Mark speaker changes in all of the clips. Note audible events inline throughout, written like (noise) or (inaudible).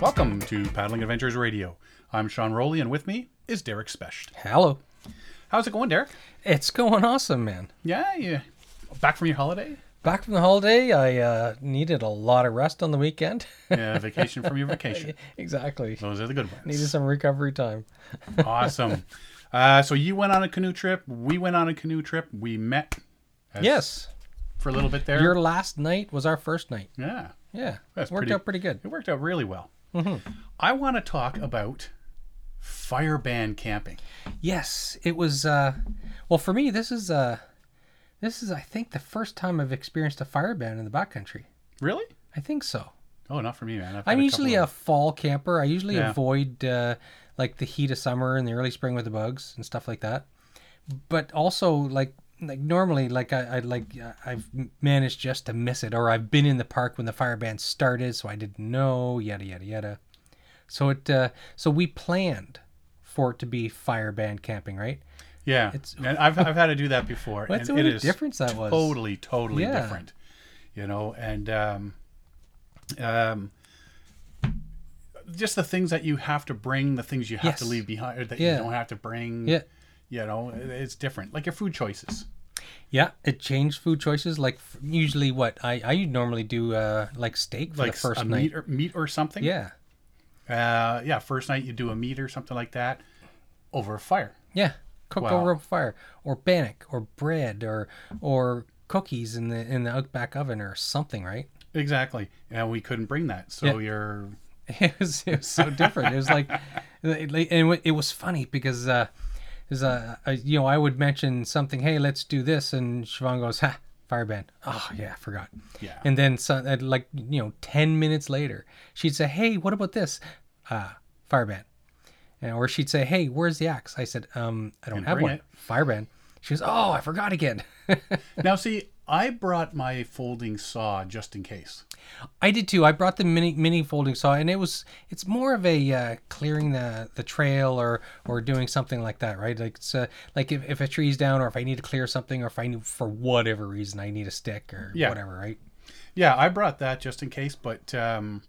Speaker 1: Welcome to Paddling Adventures Radio. I'm Sean Rowley, and with me is Derek Specht.
Speaker 2: Hello.
Speaker 1: How's it going, Derek?
Speaker 2: It's going awesome, man.
Speaker 1: Yeah, yeah. Back from your holiday?
Speaker 2: Back from the holiday, I uh, needed a lot of rest on the weekend. (laughs)
Speaker 1: Yeah, vacation from your vacation.
Speaker 2: exactly.
Speaker 1: Those are the good ones.
Speaker 2: Needed some recovery time.
Speaker 1: Awesome. Uh, so you went on a canoe trip. We went on a canoe trip. We met. as-
Speaker 2: Yes.
Speaker 1: For a little bit there.
Speaker 2: Your last night was our first night.
Speaker 1: yeah.
Speaker 2: Yeah.
Speaker 1: That's
Speaker 2: Worked
Speaker 1: pretty-
Speaker 2: out pretty good.
Speaker 1: It worked out really well.
Speaker 2: Mm-hmm.
Speaker 1: I want to talk about fire ban camping.
Speaker 2: Yes, it was uh well for me this is uh this is I think the first time I've experienced a fire ban in the backcountry.
Speaker 1: Really?
Speaker 2: I think so.
Speaker 1: Oh, not for me, man. I've had
Speaker 2: I'm
Speaker 1: a
Speaker 2: usually
Speaker 1: couple
Speaker 2: a
Speaker 1: of-
Speaker 2: fall camper. I usually
Speaker 1: Yeah.
Speaker 2: avoid uh, like the heat of summer and the early spring with the bugs and stuff like that. But also like like normally like I, I like uh, I've m- managed just to miss it or I've been in the park when the fire ban started so I didn't know yada yada yada. So it uh, so we planned for it to be fire ban camping, right?
Speaker 1: yeah.
Speaker 2: it's-
Speaker 1: and I've I've had to do that before.
Speaker 2: That's
Speaker 1: and
Speaker 2: what
Speaker 1: it
Speaker 2: a
Speaker 1: is
Speaker 2: difference that was.
Speaker 1: Totally, totally
Speaker 2: Yeah.
Speaker 1: different. You know, and um, um, just the things that you have to bring, the things you have to
Speaker 2: Yes.
Speaker 1: leave behind, or that
Speaker 2: Yeah.
Speaker 1: you don't have to bring.
Speaker 2: Yeah.
Speaker 1: You know, it- it's different. Like your food choices.
Speaker 2: Yeah, it changed food choices. Like f- usually, what I I normally do uh like steak for
Speaker 1: Like
Speaker 2: the first
Speaker 1: a
Speaker 2: night.
Speaker 1: meat or, meat or something.
Speaker 2: Yeah,
Speaker 1: Uh, yeah, first night you do a meet or something like that over a fire.
Speaker 2: Yeah, cook
Speaker 1: Wow.
Speaker 2: over a fire, or bannock, or bread, or or cookies in the in the outback oven, or something, right?
Speaker 1: Exactly. And we couldn't bring that. So
Speaker 2: Yeah.
Speaker 1: you're
Speaker 2: (laughs) It was it was so different. It
Speaker 1: (laughs)
Speaker 2: was like, it- like- and it wa- it was funny because uh, there's a, a you know I would mention something, hey, let's do this, and Siobhan goes, ha, fire ban. Oh yeah, I forgot.
Speaker 1: Yeah.
Speaker 2: And then so, at like you know ten minutes later, she'd say, hey, what about this? Uh, fire ban. And, or she'd say, hey, where's the axe? I said, um, I don't
Speaker 1: And
Speaker 2: have
Speaker 1: bring
Speaker 2: one.
Speaker 1: it.
Speaker 2: Fire ban. She goes, oh, I forgot again. (laughs)
Speaker 1: now see, I brought my folding saw just in case.
Speaker 2: I did too. I brought the mini mini folding saw, and it was it's more of a uh, clearing the the trail or or doing something like that, right? Like it's uh, like if, if a tree's down, or if I need to clear something, or if I need for whatever reason I need a stick or
Speaker 1: Yeah.
Speaker 2: whatever, right?
Speaker 1: Yeah, I brought that just in case, but um,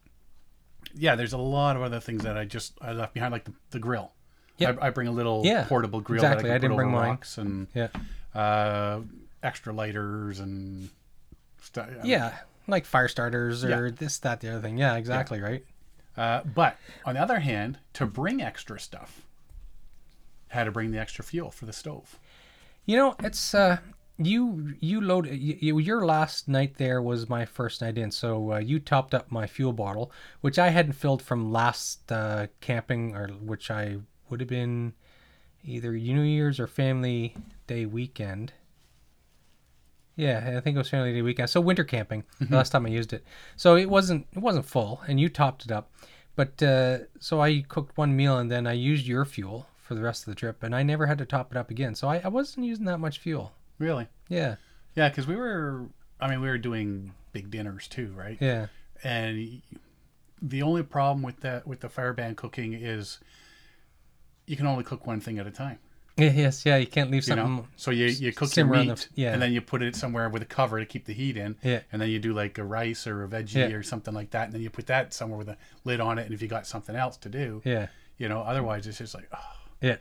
Speaker 1: yeah, there's a lot of other things that I just I left behind, like the, the grill.
Speaker 2: Yep.
Speaker 1: I, I bring a little
Speaker 2: Yeah,
Speaker 1: portable grill
Speaker 2: exactly.
Speaker 1: that I,
Speaker 2: I
Speaker 1: can
Speaker 2: didn't
Speaker 1: put
Speaker 2: bring
Speaker 1: over
Speaker 2: mine.
Speaker 1: rocks and
Speaker 2: Yeah,
Speaker 1: uh, extra lighters and stuff.
Speaker 2: yeah, like fire starters or
Speaker 1: Yeah.
Speaker 2: this, that, the other thing. Yeah, exactly, right.
Speaker 1: Uh, but on the other hand, to bring extra stuff, had to bring the extra fuel for the stove.
Speaker 2: You know, it's uh, you you load you, you- your last night there was my first night in, so uh, you topped up my fuel bottle, which I hadn't filled from last uh, camping, or which I would have been either New Year's or Family Day weekend. Yeah, I think it was Family Day weekend. So winter camping, the last time I used it. So it wasn't it wasn't full, and you topped it up. But uh, so I cooked one meal, and then I used your fuel for the rest of the trip, and I never had to top it up again. So I, I wasn't using that much fuel.
Speaker 1: Really?
Speaker 2: Yeah,
Speaker 1: Yeah, because we were, I mean, we were doing big dinners too, right?
Speaker 2: yeah,
Speaker 1: And the only problem with that, with the fire ban cooking is you can only cook one thing at a time,
Speaker 2: yeah, yes, yeah. You can't leave
Speaker 1: you
Speaker 2: something.
Speaker 1: know? So you, you cook your
Speaker 2: simmer on the-
Speaker 1: meat
Speaker 2: yeah.
Speaker 1: and then you put it somewhere with a cover to keep the heat in.
Speaker 2: Yeah.
Speaker 1: And then you do like a rice or a veggie
Speaker 2: Yeah.
Speaker 1: or something like that. And then you put that somewhere with a lid on it. And if you got something else to do,
Speaker 2: Yeah,
Speaker 1: you know, otherwise it's just like, oh,
Speaker 2: yeah,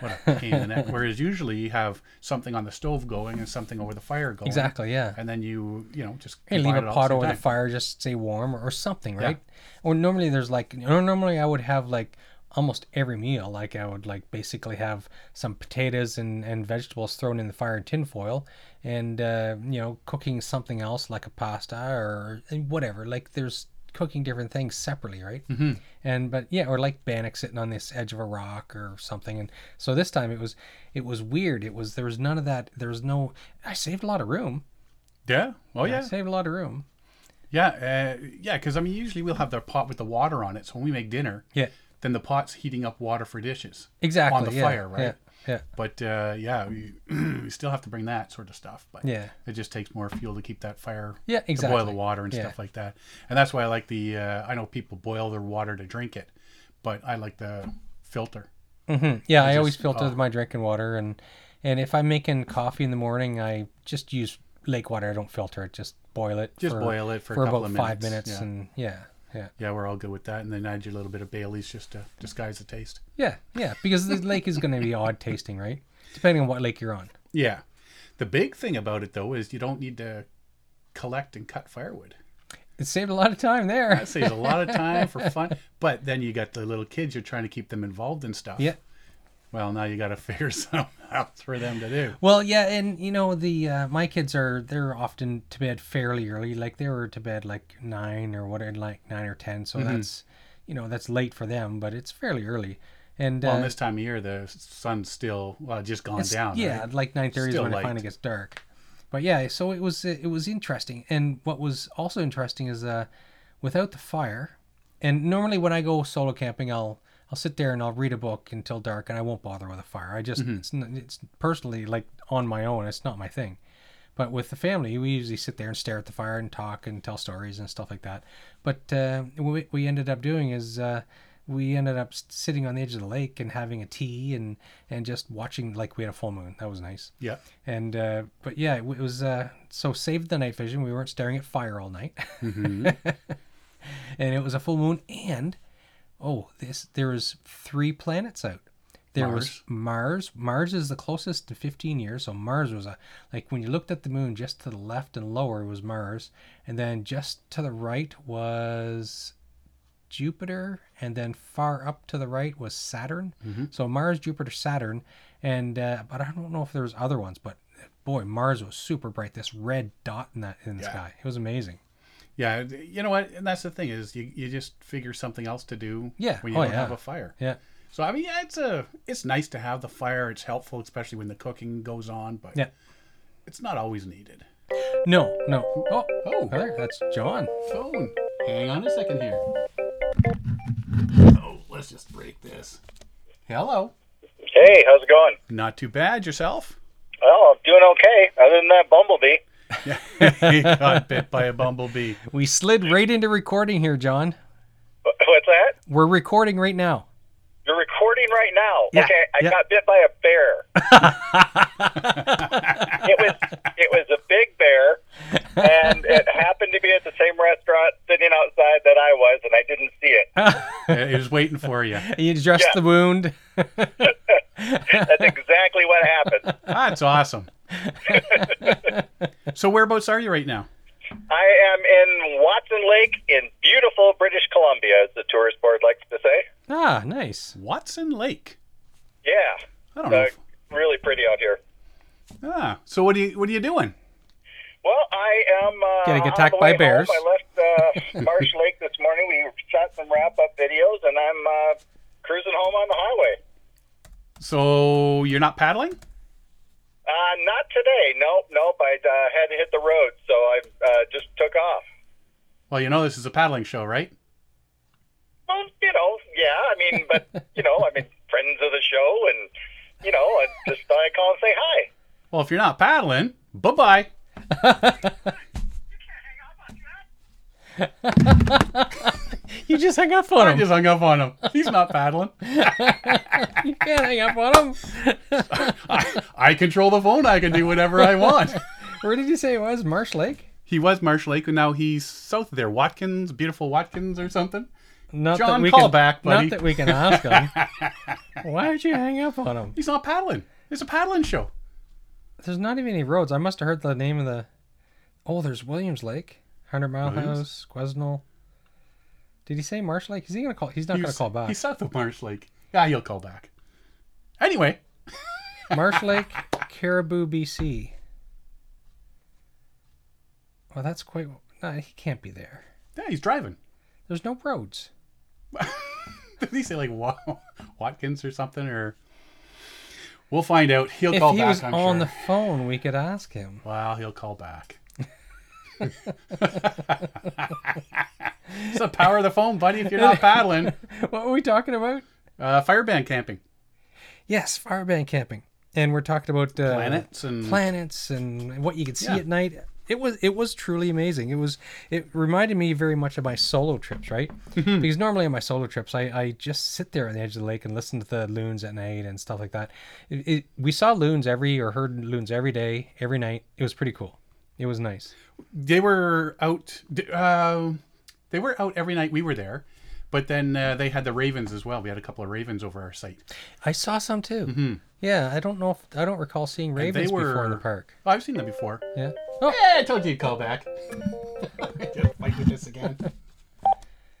Speaker 1: what a pain in the
Speaker 2: (laughs)
Speaker 1: neck. Whereas usually you have something on the stove going and something over the fire going.
Speaker 2: exactly. Yeah.
Speaker 1: And then you, you know, just
Speaker 2: and leave
Speaker 1: combine it all
Speaker 2: a
Speaker 1: at
Speaker 2: pot
Speaker 1: same
Speaker 2: over the
Speaker 1: time.
Speaker 2: fire just to stay warm or, or something, right? Or normally there's like, or normally I would have like almost every meal, like I would like basically have some potatoes and, and vegetables thrown in the fire in tinfoil and, uh, you know, cooking something else like a pasta or and whatever. Like there's cooking different things separately, right? Mm-hmm. And, but yeah, or like bannock sitting on this edge of a rock or something. And so this time it was, it was weird. It was, there was none of that. There was no, I saved a lot of room.
Speaker 1: Yeah. Oh
Speaker 2: I
Speaker 1: yeah.
Speaker 2: saved a lot of room.
Speaker 1: Yeah. Uh, yeah. Because I mean, usually we'll have the pot with the water on it. So when we make dinner,
Speaker 2: Yeah.
Speaker 1: then the pot's heating up water for dishes.
Speaker 2: exactly
Speaker 1: On the
Speaker 2: yeah,
Speaker 1: fire, right?
Speaker 2: yeah, yeah
Speaker 1: But uh, yeah, we, (clears throat) we still have to bring that sort of stuff. But
Speaker 2: Yeah.
Speaker 1: it just takes more fuel to keep that fire.
Speaker 2: Yeah,
Speaker 1: To boil the
Speaker 2: exactly.
Speaker 1: water and
Speaker 2: Yeah.
Speaker 1: stuff like that. And that's why I like the. Uh, I know people boil their water to drink it, but I like the filter.
Speaker 2: hmm yeah i always
Speaker 1: just-
Speaker 2: filter
Speaker 1: oh.
Speaker 2: my drinking water and and if i'm making coffee in the morning i just use lake water i don't filter it just boil it
Speaker 1: Just
Speaker 2: for,
Speaker 1: boil it for a couple
Speaker 2: about
Speaker 1: of
Speaker 2: five
Speaker 1: minutes,
Speaker 2: minutes
Speaker 1: yeah.
Speaker 2: and yeah Yeah.
Speaker 1: yeah, we're all good with that. And then add your little bit of Bailey's just to disguise the taste.
Speaker 2: Yeah, yeah, because the lake is going to be odd tasting, right? Depending on what lake you're on.
Speaker 1: Yeah. The big thing about it though is you don't need to collect and cut firewood.
Speaker 2: It saved a lot of time there.
Speaker 1: That saves a lot of time
Speaker 2: (laughs)
Speaker 1: for fun. But then you got the little kids. You're trying to keep them involved in stuff.
Speaker 2: Yeah.
Speaker 1: Well, now you got to figure (laughs) something out for them to do.
Speaker 2: Well, yeah, and you know the uh, my kids are they're often to bed fairly early. Like they were to bed like nine or whatever, like nine or ten. So
Speaker 1: Mm-hmm.
Speaker 2: that's you know that's late for them, but it's fairly early. And
Speaker 1: Well,
Speaker 2: uh,
Speaker 1: and this time of year, the sun's still well, just gone
Speaker 2: It's-
Speaker 1: down.
Speaker 2: Yeah,
Speaker 1: right?
Speaker 2: like nine thirty is
Speaker 1: Still
Speaker 2: when
Speaker 1: light.
Speaker 2: it finally gets dark. But yeah, so it was it was interesting, and what was also interesting is uh, without the fire, and normally when I go solo camping, I'll I'll sit there and I'll read a book until dark, and I won't bother with a fire. I just
Speaker 1: Mm-hmm.
Speaker 2: it's n it's personally like on my own, it's not my thing. But with the family, we usually sit there and stare at the fire and talk and tell stories and stuff like that. But uh, what we- we ended up doing is uh, we ended up s- sitting on the edge of the lake and having a tea and, and just watching like we had a full moon. That was nice.
Speaker 1: Yeah.
Speaker 2: And uh, but yeah, it, w- it was uh, so saved the night vision. We weren't staring at fire all night, (laughs) and it was a full moon. And oh, this there was three planets out. There was Mars. Mars is the closest in 15 years. So Mars was a like when you looked at the moon, just to the left and lower was Mars, and then just to the right was Jupiter, and then far up to the right was Saturn. So Mars, Jupiter, Saturn, and uh, but I don't know if there was other ones. But boy, Mars was super bright. This red dot in that in the
Speaker 1: Yeah.
Speaker 2: sky, it was amazing.
Speaker 1: Yeah. You know what? And that's the thing is you, you just figure something else to do
Speaker 2: Yeah.
Speaker 1: when you
Speaker 2: Oh,
Speaker 1: don't
Speaker 2: yeah.
Speaker 1: have a fire.
Speaker 2: Yeah,
Speaker 1: So I mean, yeah, it's a it's nice to have the fire. It's helpful, especially when the cooking goes on. But
Speaker 2: Yeah.
Speaker 1: it's not always needed.
Speaker 2: no, no. Oh,
Speaker 1: Oh.
Speaker 2: there, that's John.
Speaker 1: Phone. Hang on a second here. Oh, let's just break this. Hello.
Speaker 3: Hey, how's it going?
Speaker 1: Not too bad yourself. (laughs)
Speaker 3: Well, I'm doing okay. Other than that bumblebee. (laughs)
Speaker 1: he got bit by a bumblebee.
Speaker 2: We slid right into recording here, John.
Speaker 3: Wh- What's that?
Speaker 2: We're recording right now.
Speaker 3: You're recording right now.
Speaker 2: Yeah,
Speaker 3: okay, I
Speaker 2: yeah.
Speaker 3: got bit by a
Speaker 2: (laughs)
Speaker 3: bear. it was it was a big bear,
Speaker 2: (laughs)
Speaker 3: and it happened to be at the same restaurant sitting outside that I was, and I didn't see it.
Speaker 1: Uh, He was waiting for you.
Speaker 2: You dressed
Speaker 3: Yeah.
Speaker 2: the wound.
Speaker 3: That's exactly what
Speaker 2: (laughs)
Speaker 3: happened.
Speaker 1: That's (laughs) awesome. so whereabouts are you right now?
Speaker 3: I am in Watson Lake in beautiful British Columbia, as the tourist board likes to say.
Speaker 2: Ah, nice.
Speaker 1: Watson Lake.
Speaker 3: Yeah,
Speaker 1: I
Speaker 2: Oh.
Speaker 1: don't know.
Speaker 3: so
Speaker 1: If,
Speaker 3: really pretty out here.
Speaker 1: ah, so what do you what are you doing?
Speaker 3: Well, I am. Uh,
Speaker 2: Getting
Speaker 3: on
Speaker 2: attacked
Speaker 3: the
Speaker 2: by
Speaker 3: way
Speaker 2: bears.
Speaker 3: Home. I left uh, (laughs) Marsh Lake this morning. We shot some wrap up videos, and I'm uh, cruising home on the highway.
Speaker 1: So you're not paddling?
Speaker 3: Uh, not today. Nope, nope. I uh, had to hit the road, so I uh, just took off.
Speaker 1: Well, you know this is a paddling show, right?
Speaker 3: Well, you know, yeah. I mean,
Speaker 2: (laughs)
Speaker 3: but you know, I mean, friends of the show, and you know, I just thought I'd call and say hi.
Speaker 1: Well, if you're not paddling, bye bye.
Speaker 2: You just hung up on
Speaker 1: I
Speaker 2: him. (laughs)
Speaker 1: just hung up on him. He's not paddling.
Speaker 2: You can't hang up on him.
Speaker 1: I, I control the phone. I can do whatever I want.
Speaker 2: Where did you say it was? Marsh Lake?
Speaker 1: (laughs) He was Marsh Lake, and now he's south of there, Watkins, beautiful Watkins or something.
Speaker 2: Not
Speaker 1: John,
Speaker 2: we
Speaker 1: call
Speaker 2: can,
Speaker 1: back, buddy.
Speaker 2: Not that we can
Speaker 1: (laughs)
Speaker 2: ask him. Why did you hang up on him?
Speaker 1: He's not paddling. It's a paddling show.
Speaker 2: There's not even any roads. I must have heard the name of the. Oh, there's Williams Lake, Hundred Mile
Speaker 1: Williams?
Speaker 2: House, Quesnel. Did he say Marsh Lake? Is he gonna call? He's not gonna
Speaker 1: He's,
Speaker 2: call back.
Speaker 1: he's south of Marsh Lake. Yeah, he'll call back. Anyway,
Speaker 2: Marsh Lake, Caribou, BC. Well, that's quite. No, he can't be there.
Speaker 1: yeah, he's driving. (laughs)
Speaker 2: There's no roads.
Speaker 1: Did he say like Wa- Watkins or something? Or we'll find out. He'll
Speaker 2: If
Speaker 1: call
Speaker 2: he
Speaker 1: back.
Speaker 2: was
Speaker 1: I'm
Speaker 2: on
Speaker 1: sure.
Speaker 2: the phone, we could ask him.
Speaker 1: Well, he'll call
Speaker 2: (laughs)
Speaker 1: back. it's the power of the phone, buddy. If you're
Speaker 2: (laughs)
Speaker 1: not paddling,
Speaker 2: What were we talking about?
Speaker 1: uh, fireband camping,
Speaker 2: Yes, fireband camping, and we're talking about uh,
Speaker 1: planets and
Speaker 2: planets and what you could see
Speaker 1: Mm. Yeah.
Speaker 2: at night. It was it was truly amazing. It was it reminded me very much of my solo trips, right?
Speaker 1: Mm-hmm.
Speaker 2: because normally on my solo trips, I, I just sit there on the edge of the lake and listen to the loons at night and stuff like that. It, it, we saw loons every or heard loons every day, every night. It was pretty cool. It was nice.
Speaker 1: they were out. d- Uh, They were out every night we were there, but then uh, they had the ravens as well. We had a couple of ravens over our site.
Speaker 2: I saw some too. Yeah, I don't know if I don't recall seeing
Speaker 1: Mm-hmm. they
Speaker 2: ravens before in the
Speaker 1: were-
Speaker 2: park.
Speaker 1: Oh, I've seen them before.
Speaker 2: Yeah.
Speaker 1: (laughs)
Speaker 2: Oh,
Speaker 1: Hey, I told you you'd call back. (laughs) I gotta fight with this again.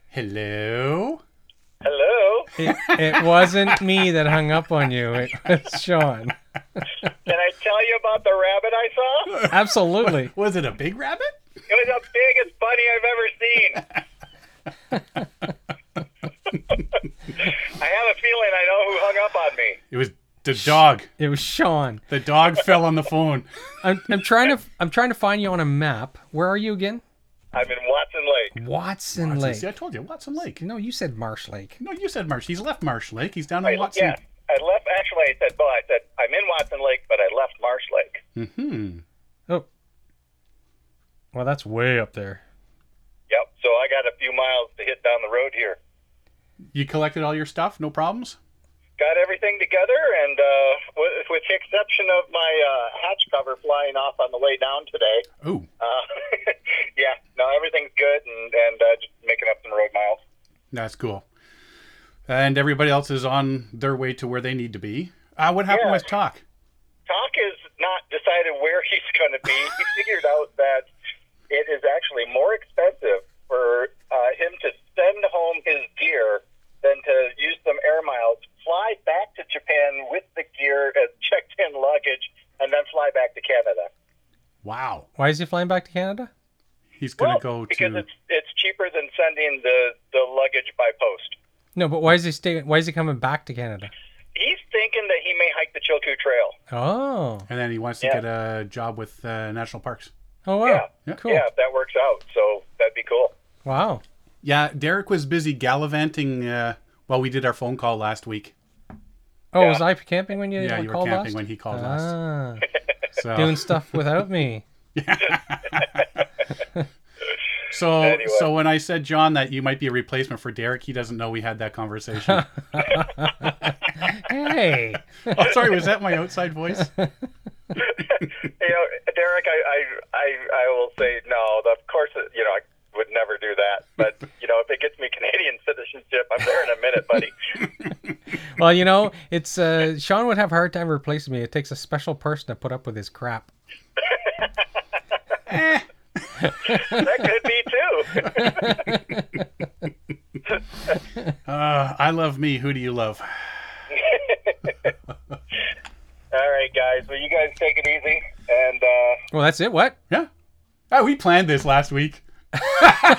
Speaker 1: Hello.
Speaker 2: (laughs)
Speaker 3: Hello.
Speaker 2: it, it wasn't me that hung up on you. It was Sean.
Speaker 1: (laughs)
Speaker 3: Can I tell you about the rabbit I saw?
Speaker 2: Absolutely.
Speaker 1: Was it a big rabbit?
Speaker 3: It was the biggest bunny I've ever seen. I have a feeling I know who hung up on me.
Speaker 1: It was the dog.
Speaker 2: It was Sean.
Speaker 1: The dog (laughs) fell on the phone.
Speaker 2: I'm, I'm trying to I'm trying to find you on a map. Where are you again?
Speaker 3: I'm in Watson Lake.
Speaker 2: Watson,
Speaker 1: Watson-
Speaker 2: Lake.
Speaker 1: See, I told you, Watson Lake.
Speaker 2: No, you said Marsh Lake.
Speaker 1: No, you said Marsh. He's left Marsh Lake. He's down
Speaker 3: I,
Speaker 1: in Watson.
Speaker 3: yeah, I left. Actually, I said, "Well, I said I'm in Watson Lake, but I left Marsh Lake."
Speaker 1: Hmm.
Speaker 2: Oh. Well, that's way up there.
Speaker 3: Yep. So I got a few miles to hit down the road here.
Speaker 1: You collected all your stuff, no problems.
Speaker 3: Got everything together, and uh, with, with the exception of my uh, hatch cover flying off on the way down today,
Speaker 1: Oh,
Speaker 3: uh, (laughs) yeah, no, everything's good, and and uh, just making up some road miles.
Speaker 1: that's cool. And everybody else is on their way to where they need to be. Uh, what happened
Speaker 3: Yeah.
Speaker 1: with Talk?
Speaker 3: Talk has not decided where (laughs) he's going to be. He figured out that it is actually more expensive for uh, him to send home his gear than to use some air miles, fly back to Japan with the gear as (laughs) checked in luggage, and then fly back to Canada.
Speaker 1: Wow.
Speaker 2: Why is he flying back to Canada?
Speaker 1: He's going
Speaker 3: Well,
Speaker 1: to go
Speaker 3: because
Speaker 1: to.
Speaker 3: it's, it's cheaper than sending the, the luggage by post.
Speaker 2: No, but why is he staying? Why is he coming back to Canada?
Speaker 3: He's thinking that he may hike the Chilku Trail.
Speaker 2: Oh.
Speaker 1: And then he wants to
Speaker 3: Yeah.
Speaker 1: get a job with uh, National Parks.
Speaker 2: Oh wow.
Speaker 3: Yeah.
Speaker 2: Cool.
Speaker 3: Yeah, if that works out, so that'd be cool.
Speaker 2: Wow.
Speaker 1: Yeah, Derek was busy gallivanting uh, while we did our phone call last week.
Speaker 2: Oh,
Speaker 3: Yeah.
Speaker 2: was I camping when you
Speaker 1: Yeah,
Speaker 2: were
Speaker 1: you were
Speaker 2: called
Speaker 1: camping
Speaker 2: last?
Speaker 1: when he called
Speaker 2: (laughs)
Speaker 1: last.
Speaker 2: ah,
Speaker 1: So,
Speaker 2: doing stuff without
Speaker 3: (laughs)
Speaker 2: me.
Speaker 1: so,
Speaker 3: Anyway.
Speaker 1: so when I said John that you might be a replacement for Derek, he doesn't know we had that conversation.
Speaker 2: (laughs) Hey.
Speaker 1: oh, sorry, was that my outside voice?
Speaker 3: you know, uh, Derek, I, I, I, I will say no. Of course, uh, you know, I would never do that. But you know, if it gets me Canadian (laughs) citizenship, I'm there in a minute, buddy.
Speaker 2: Well, you know, it's uh, Sean would have a hard time replacing me. It takes a special person to put up with his crap.
Speaker 3: that could be too. (laughs)
Speaker 1: Uh, I love me. Who do you love?
Speaker 3: All right, guys. Well, you guys take it easy, and uh,
Speaker 2: Well, that's it. What? (laughs)
Speaker 1: Yeah. Oh, we planned this last week. (laughs) yeah,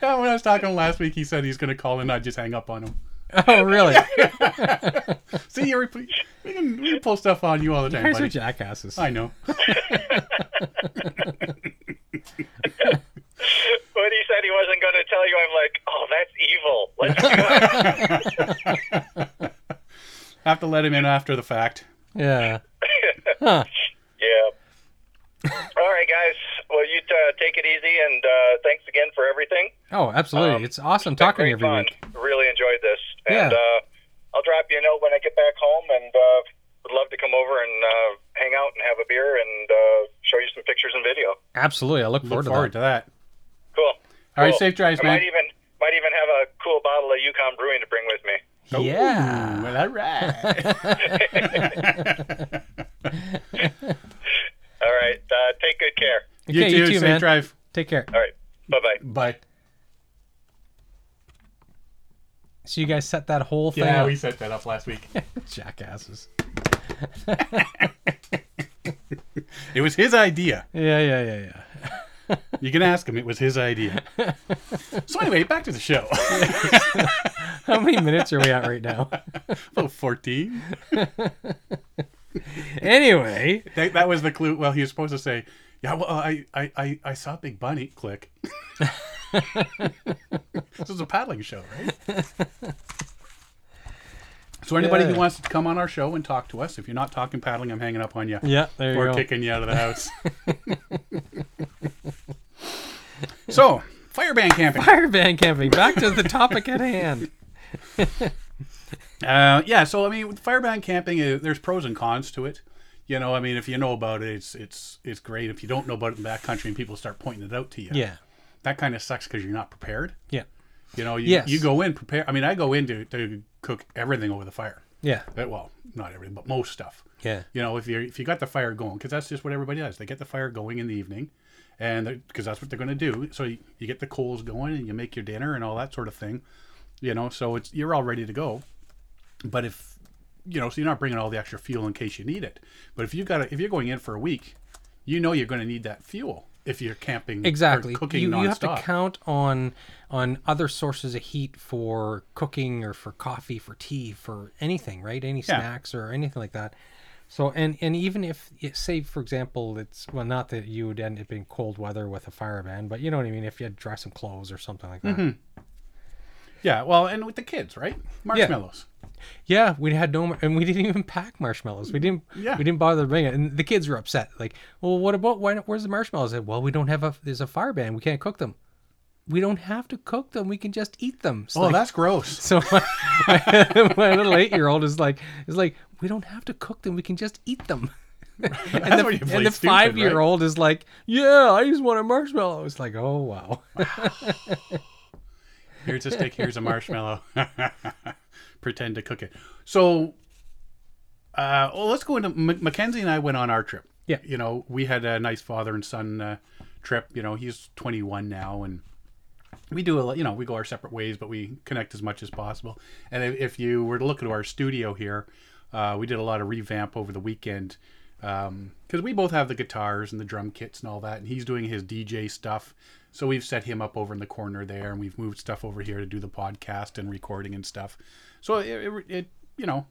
Speaker 1: when I was talking last week, he said he's going to call and I just hang up on him.
Speaker 2: Oh, really?
Speaker 3: (laughs)
Speaker 2: you
Speaker 1: See, you repl- we, can, we can pull stuff on you all the time,
Speaker 2: guys are
Speaker 1: buddy.
Speaker 2: jackasses.
Speaker 1: I know.
Speaker 3: when he said he wasn't going to tell you, I'm like, oh, that's evil. Let's do it.
Speaker 1: Have to let him in after the fact.
Speaker 2: Yeah.
Speaker 3: (laughs) yeah. All right, guys. Well, you uh, take it easy, and uh, thanks again for everything.
Speaker 2: Oh, absolutely. it's awesome talking to you
Speaker 3: Great
Speaker 2: every
Speaker 3: fun.
Speaker 2: week.
Speaker 3: Really enjoyed this. And
Speaker 2: Yeah.
Speaker 3: uh, I'll drop you a note when I get back home and uh, would love to come over and uh, hang out and have a beer and uh, show you some pictures and video.
Speaker 2: Absolutely. I look,
Speaker 1: Look
Speaker 2: forward,
Speaker 1: forward
Speaker 2: to
Speaker 1: to that.
Speaker 3: Cool.
Speaker 1: All right,
Speaker 3: Cool.
Speaker 1: safe drives,
Speaker 3: I
Speaker 1: man.
Speaker 3: Might even might even have a cool bottle of Yukon Brewing to bring with me.
Speaker 2: that. Yeah.
Speaker 1: Ooh, well, all
Speaker 2: (laughs)
Speaker 1: right.
Speaker 3: All right. Uh, take good care.
Speaker 1: you,
Speaker 2: Okay,
Speaker 1: too,
Speaker 2: you too,
Speaker 1: Safe
Speaker 2: man.
Speaker 1: drive.
Speaker 2: Take care.
Speaker 3: All right. Bye bye.
Speaker 1: Bye.
Speaker 2: So you guys set that whole thing
Speaker 1: Yeah,
Speaker 2: up.
Speaker 1: we set that up last week.
Speaker 2: Jackasses.
Speaker 1: It was his idea.
Speaker 2: Yeah, yeah, yeah, yeah.
Speaker 1: You can ask him. It was his
Speaker 2: (laughs)
Speaker 1: idea. So anyway, back to the show. (laughs)
Speaker 2: How (laughs) many minutes are we at right now?
Speaker 1: About 14.
Speaker 2: Anyway,
Speaker 1: That, that was the clue. Well, he was supposed to say, "Yeah, well, uh, I, I, I, I saw Big Bunny." Click. (laughs) this is a paddling show, right? So anybody
Speaker 2: Yeah.
Speaker 1: who wants to come on our show and talk to us, if you're not talking paddling, I'm hanging up on you
Speaker 2: yeah, there you
Speaker 1: or
Speaker 2: go.
Speaker 1: kicking you out of the
Speaker 2: (laughs)
Speaker 1: house. so, fireband camping.
Speaker 2: Fire band camping. Back to the topic at hand.
Speaker 1: Uh, yeah, so I mean, with fireband camping, uh, there's pros and cons to it. You know, I mean, if you know about it, it's it's it's great. If you don't know about it in that country and people start pointing it out to you,
Speaker 2: Yeah.
Speaker 1: that kind of sucks because you're not prepared.
Speaker 2: Yeah.
Speaker 1: You know, you,
Speaker 2: Yes.
Speaker 1: you go in prepare. I mean, I go in to, to cook everything over the fire.
Speaker 2: Yeah.
Speaker 1: Uh, Well, not everything, but most stuff.
Speaker 2: Yeah.
Speaker 1: You know, if you if you got the fire going, because that's just what everybody does. They get the fire going in the evening, and because that's what they're going to do. So you, you get the coals going, and you make your dinner and all that sort of thing. You know, so it's you're all ready to go. But if you know, so you're not bringing all the extra fuel in case you need it. But if you got if you're going in for a week, you know you're going to need that fuel if you're camping or
Speaker 2: Exactly.
Speaker 1: cooking
Speaker 2: you,
Speaker 1: nonstop.
Speaker 2: you have to count on on other sources of heat for cooking or for coffee, for tea, for anything, right? Any snacks or anything like that. So and and even if it- say for example, it's well not that you would end up in cold weather with a fire ban, but you know what I mean. If you had to dry some clothes or something like that.
Speaker 1: Yeah, well, and with the kids, right? Marshmallows.
Speaker 2: Yeah, we had no, mar- and we didn't even pack marshmallows. We didn't.
Speaker 1: Yeah.
Speaker 2: We didn't bother to bring it, and the kids were upset. Like, well, what about why? not- Where's the marshmallows? I said, well, we don't have a. There's a fire ban. We can't cook them. We don't have to cook them. We can just eat them. So,
Speaker 1: Oh, that's gross.
Speaker 2: so (laughs) my, my, my little eight year old is like, is like, we don't have to cook them. We can just eat them.
Speaker 1: (laughs) That's
Speaker 2: And the,
Speaker 1: when you play stupid, right?
Speaker 2: five year old is like, yeah, I just want a marshmallow. It's like, oh wow.
Speaker 1: Here's a stick. Here's a marshmallow. (laughs) Pretend to cook it. So, uh, well, let's go into M- Mackenzie and I went on our trip.
Speaker 2: Yeah.
Speaker 1: you know, we had a nice father and son uh, trip. You know, he's 21 now, and we do a lot- you know we go our separate ways, but we connect as much as possible. And if, if you were to look at our studio here, uh, we did a lot of revamp over the weekend because we both have the guitars and the drum kits and all that, and he's doing his DJ stuff. So we've set him up over in the corner there, and we've moved stuff over here to do the podcast and recording and stuff. So it, it, it you know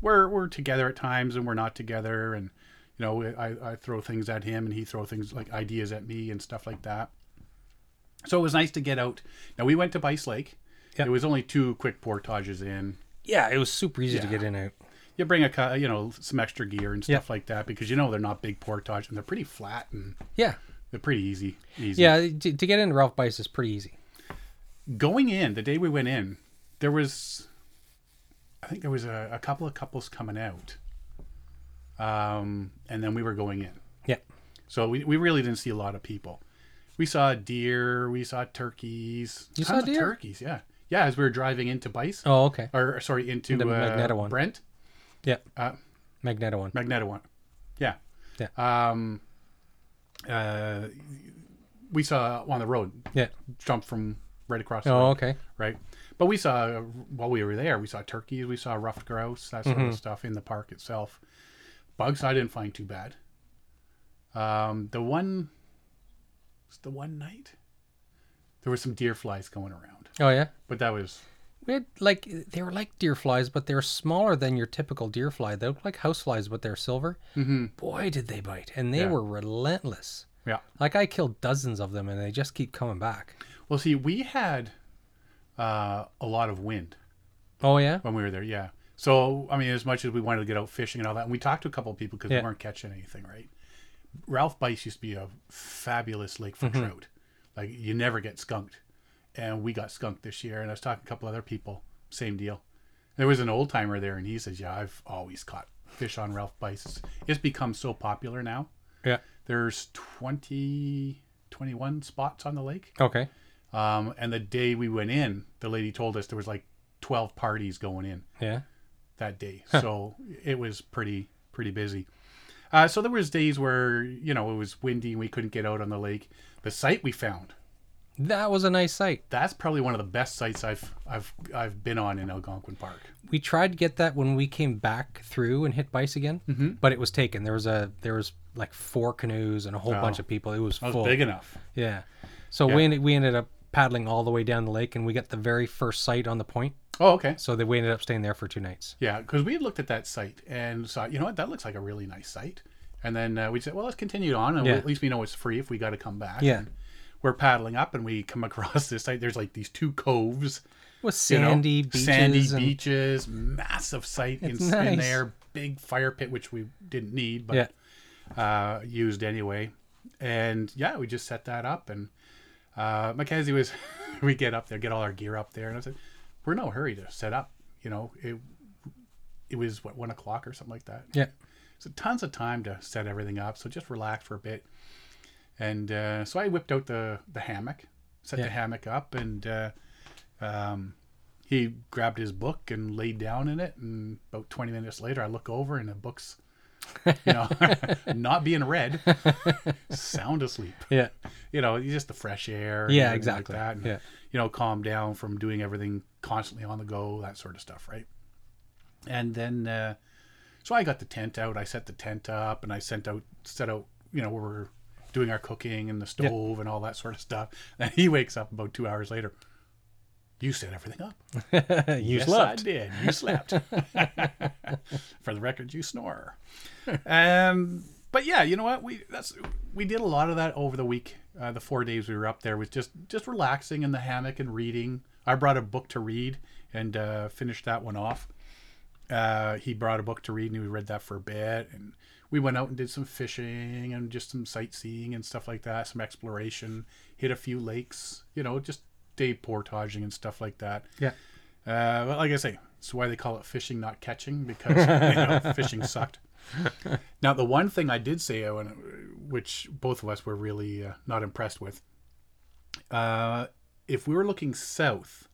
Speaker 1: we're we're together at times and we're not together, and you know I, I throw things at him and he throw things like ideas at me and stuff like that. So it was nice to get out. Now we went to Bice Lake.
Speaker 2: Yep.
Speaker 1: It was only two quick portages in.
Speaker 2: Yeah, it was super easy to
Speaker 1: Yeah.
Speaker 2: get in and out.
Speaker 1: You bring a cou- you know some extra gear and stuff
Speaker 2: Yep.
Speaker 1: like that because you know they're not big portages and they're pretty flat and
Speaker 2: Yeah.
Speaker 1: they're pretty easy. Easy.
Speaker 2: Yeah, to, to get into Ralph Bice is pretty easy.
Speaker 1: Going in the day we went in, there was, I think there was a, a couple of couples coming out, um, and then we were going in.
Speaker 2: Yeah.
Speaker 1: So we, we really didn't see a lot of people. We saw deer. We saw turkeys.
Speaker 2: You
Speaker 1: Tons
Speaker 2: saw
Speaker 1: of
Speaker 2: deer?
Speaker 1: turkeys. Yeah. Yeah. As we were driving into Bice.
Speaker 2: Oh, okay.
Speaker 1: or sorry, into
Speaker 2: Into
Speaker 1: uh,
Speaker 2: Magneto one.
Speaker 1: Brent
Speaker 2: Yeah.
Speaker 1: Uh,
Speaker 2: Magneto one.
Speaker 1: Magneto one. Yeah.
Speaker 2: Yeah.
Speaker 1: Um, uh, we saw on the road
Speaker 2: Yeah.
Speaker 1: jump from right across. the
Speaker 2: Oh,
Speaker 1: road,
Speaker 2: okay.
Speaker 1: Right. But we saw uh, while we were there, we saw turkeys, we saw ruffed grouse, that sort
Speaker 2: Mm-hmm.
Speaker 1: of stuff in the park itself. Bugs I didn't find too bad. Um, the one, was the one night, there were some deer flies going around,
Speaker 2: Oh, yeah.
Speaker 1: but that was
Speaker 2: We had like they were like deer flies, but they were smaller than your typical deer fly. They looked like house flies, but they're silver.
Speaker 1: Mhm.
Speaker 2: Boy, did they bite, and they were relentless.
Speaker 1: yeah.
Speaker 2: Like I killed dozens of them, and they just keep coming back.
Speaker 1: Well, see, we had uh, a lot of wind.
Speaker 2: Oh yeah,
Speaker 1: when we were there. Yeah. So I mean, as much as we wanted to get out fishing and all that, and we talked to a couple of people because
Speaker 2: Yeah.
Speaker 1: we weren't catching anything, right? Ralph Bice used to be a fabulous lake for
Speaker 2: Mm-hmm.
Speaker 1: trout. Like you never get skunked, and we got skunked this year. And I was talking to a couple other people, same deal. There was an old timer there, and he says, "Yeah, I've always caught fish on Ralph Bice. It's, it's become so popular now.
Speaker 2: yeah.
Speaker 1: There's 20, 21 spots on the lake."
Speaker 2: Okay.
Speaker 1: Um, and the day we went in, the lady told us there was like 12 parties going in
Speaker 2: Yeah.
Speaker 1: that day. So it was pretty pretty busy. Uh, so there was days where you know it was windy and we couldn't get out on the lake. The site we found
Speaker 2: That was a nice sight.
Speaker 1: that's probably one of the best sites I've I've I've been on in Algonquin Park.
Speaker 2: We tried to get that when we came back through and hit Bice again,
Speaker 1: Mm-hmm.
Speaker 2: but it was taken. There was a there was like four canoes and a whole bunch of people. It was
Speaker 1: That was
Speaker 2: full.
Speaker 1: big enough.
Speaker 2: Yeah. So we ended, we ended up paddling all the way down the lake, and we got the very first sight on the point.
Speaker 1: Oh, okay.
Speaker 2: So that we ended up staying there for two nights.
Speaker 1: Yeah, because we had looked at that site and saw, you know what, that looks like a really nice site. And then uh, we said, well, let's continue on, and
Speaker 2: Yeah.
Speaker 1: at least we know it's free if we got to come back.
Speaker 2: Yeah.
Speaker 1: And we're paddling up, and we come (laughs) across this site. There's like these two coves.
Speaker 2: With
Speaker 1: you know,
Speaker 2: sandy beaches.
Speaker 1: sandy
Speaker 2: and,
Speaker 1: beaches, massive site in,
Speaker 2: It's
Speaker 1: in
Speaker 2: nice.
Speaker 1: there, big fire pit which we didn't need but
Speaker 2: Yeah.
Speaker 1: uh, used anyway, and yeah, we just set that up and uh, Mackenzie was (laughs) we get up there, get all our gear up there, and I said we're in no hurry to set up, you know it. It was what one o'clock or something like that.
Speaker 2: Yeah.
Speaker 1: So tons of time to set everything up. So just relax for a bit. And uh, so I whipped out the the hammock, set
Speaker 2: Yeah.
Speaker 1: the hammock up, and uh, um, he grabbed his book and laid down in it. And about twenty minutes later, I look over and the book's you know (laughs) not being read, sound asleep.
Speaker 2: Yeah.
Speaker 1: You know, just the fresh air. and
Speaker 2: Yeah,
Speaker 1: everything
Speaker 2: exactly.
Speaker 1: Like that, and,
Speaker 2: Yeah.
Speaker 1: You know, calm down from doing everything constantly on the go, that sort of stuff, right? And then, uh, so I got the tent out. I set the tent up, and I sent out set out. You know, where we're doing our cooking and the stove and all that sort of stuff. (laughs) And he wakes up about two hours later. You set everything up.
Speaker 2: you
Speaker 1: yes, I
Speaker 2: slept.
Speaker 1: did. You
Speaker 2: (laughs)
Speaker 1: slept. For the record, you snore. Um, but yeah, you know what? We that's we did a lot of that over the week. Uh, the four days we were up there was just just relaxing in the hammock and reading. I brought a book to read and uh, finished that one off. Uh, he brought a book to read and we read that for a bit. And we went out and did some fishing and just some sightseeing and stuff like that. Some exploration, hit a few lakes. You know, just day portaging and stuff like that.
Speaker 2: Yeah.
Speaker 1: Uh, but like I say, it's why they call it fishing, not catching, because you
Speaker 2: (laughs)
Speaker 1: know, fishing sucked. Now, the one thing I did say, Owen, which both of us were really uh, not impressed with, uh, if we were looking south,